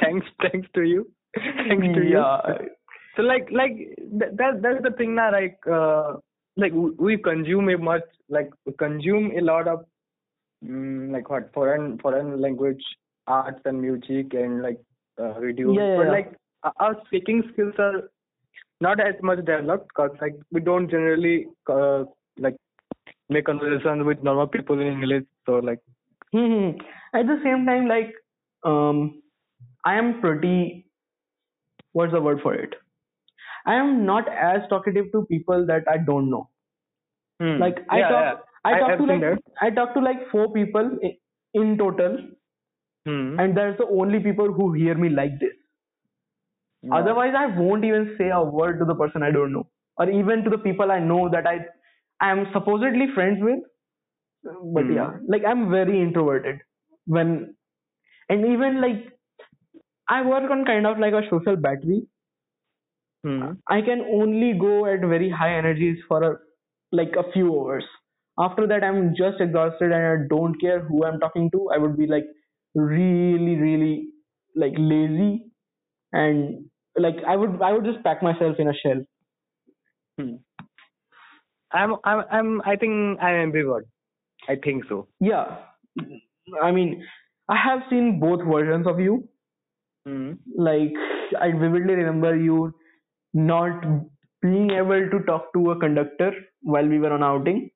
S2: thanks thanks to you thanks to you
S1: yeah,
S2: so like like th- that that's the thing now like uh like w- we consume a much like we consume a lot of mm, like what foreign foreign language arts and music and like uh, video
S1: Yeah, yeah,
S2: but
S1: yeah.
S2: like o- our speaking skills are not as much developed because like we don't generally uh, like make conversations with normal people in english so like
S1: Hmm. At the same time, like, um, I am pretty. What's the word for it? I am not as talkative to people that I don't know.
S2: hmm,
S1: Like I
S2: yeah,
S1: talk,
S2: yeah.
S1: I
S2: I-
S1: talk
S2: I've
S1: to
S2: seen
S1: like I talk to like four people i- in total,
S2: Hmm.
S1: and that's the only people who hear me like this.
S2: Yeah.
S1: Otherwise, I won't even say a word to the person I don't know, or even to the people I know that I I am supposedly friends with. But
S2: Hmm.
S1: yeah, like I'm very introverted when, and even like I work on kind of like a social battery.
S2: Hmm.
S1: I can only go at very high energies for a, like a few hours. After that, I'm just exhausted and I don't care who I'm talking to. I would be like really, really like lazy and like I would I would just pack myself in a shell.
S2: Hmm. I'm, I'm, I'm, I think I'm ambivert. I think so.
S1: Yeah, I mean I have seen both versions of you.
S2: Mm.
S1: Like I vividly remember you not being able to talk to a conductor while we were on outing.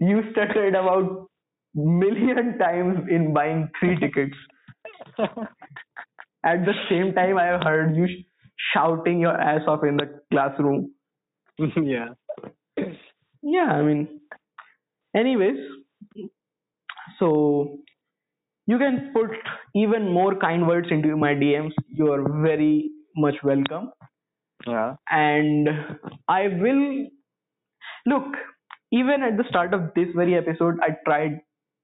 S1: you stuttered about million times in buying three tickets. At the same time, I heard you sh- shouting your ass off in the classroom.
S2: yeah.
S1: Yeah, I mean, anyways, so you can put even more kind words into my DMs. You are very much welcome.
S2: Yeah.
S1: and I will look even at the start of this very episode I tried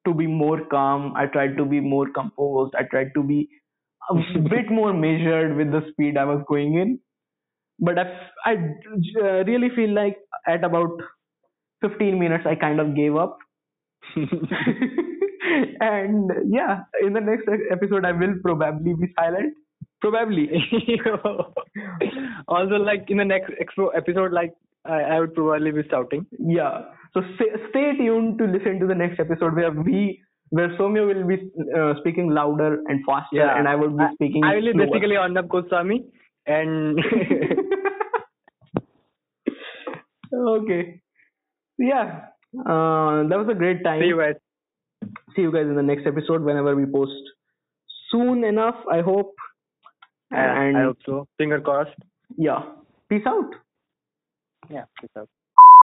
S1: to be more calm. I tried to be more composed. I tried to be a bit more measured with the speed I was going in. But I, I uh, really feel like at about 15 minutes, I kind of gave up. and yeah, in the next e- episode, I will probably be silent. Probably.
S2: also like in the next expo- episode like I, I would probably be shouting
S1: Yeah. So stay, stay tuned to listen to the next episode where we, where Somya will be uh, speaking louder and faster,
S2: Yeah.
S1: and I will be speaking.
S2: I will be
S1: slower.
S2: basically Arnab Goswami and
S1: okay. Yeah. Uh, that was a great time.
S2: see you guys
S1: See you guys in the next episode whenever we post. Soon enough, I hope.
S2: I-
S1: And
S2: I hope so finger crossed
S1: yeah. Peace out.
S2: yeah peace out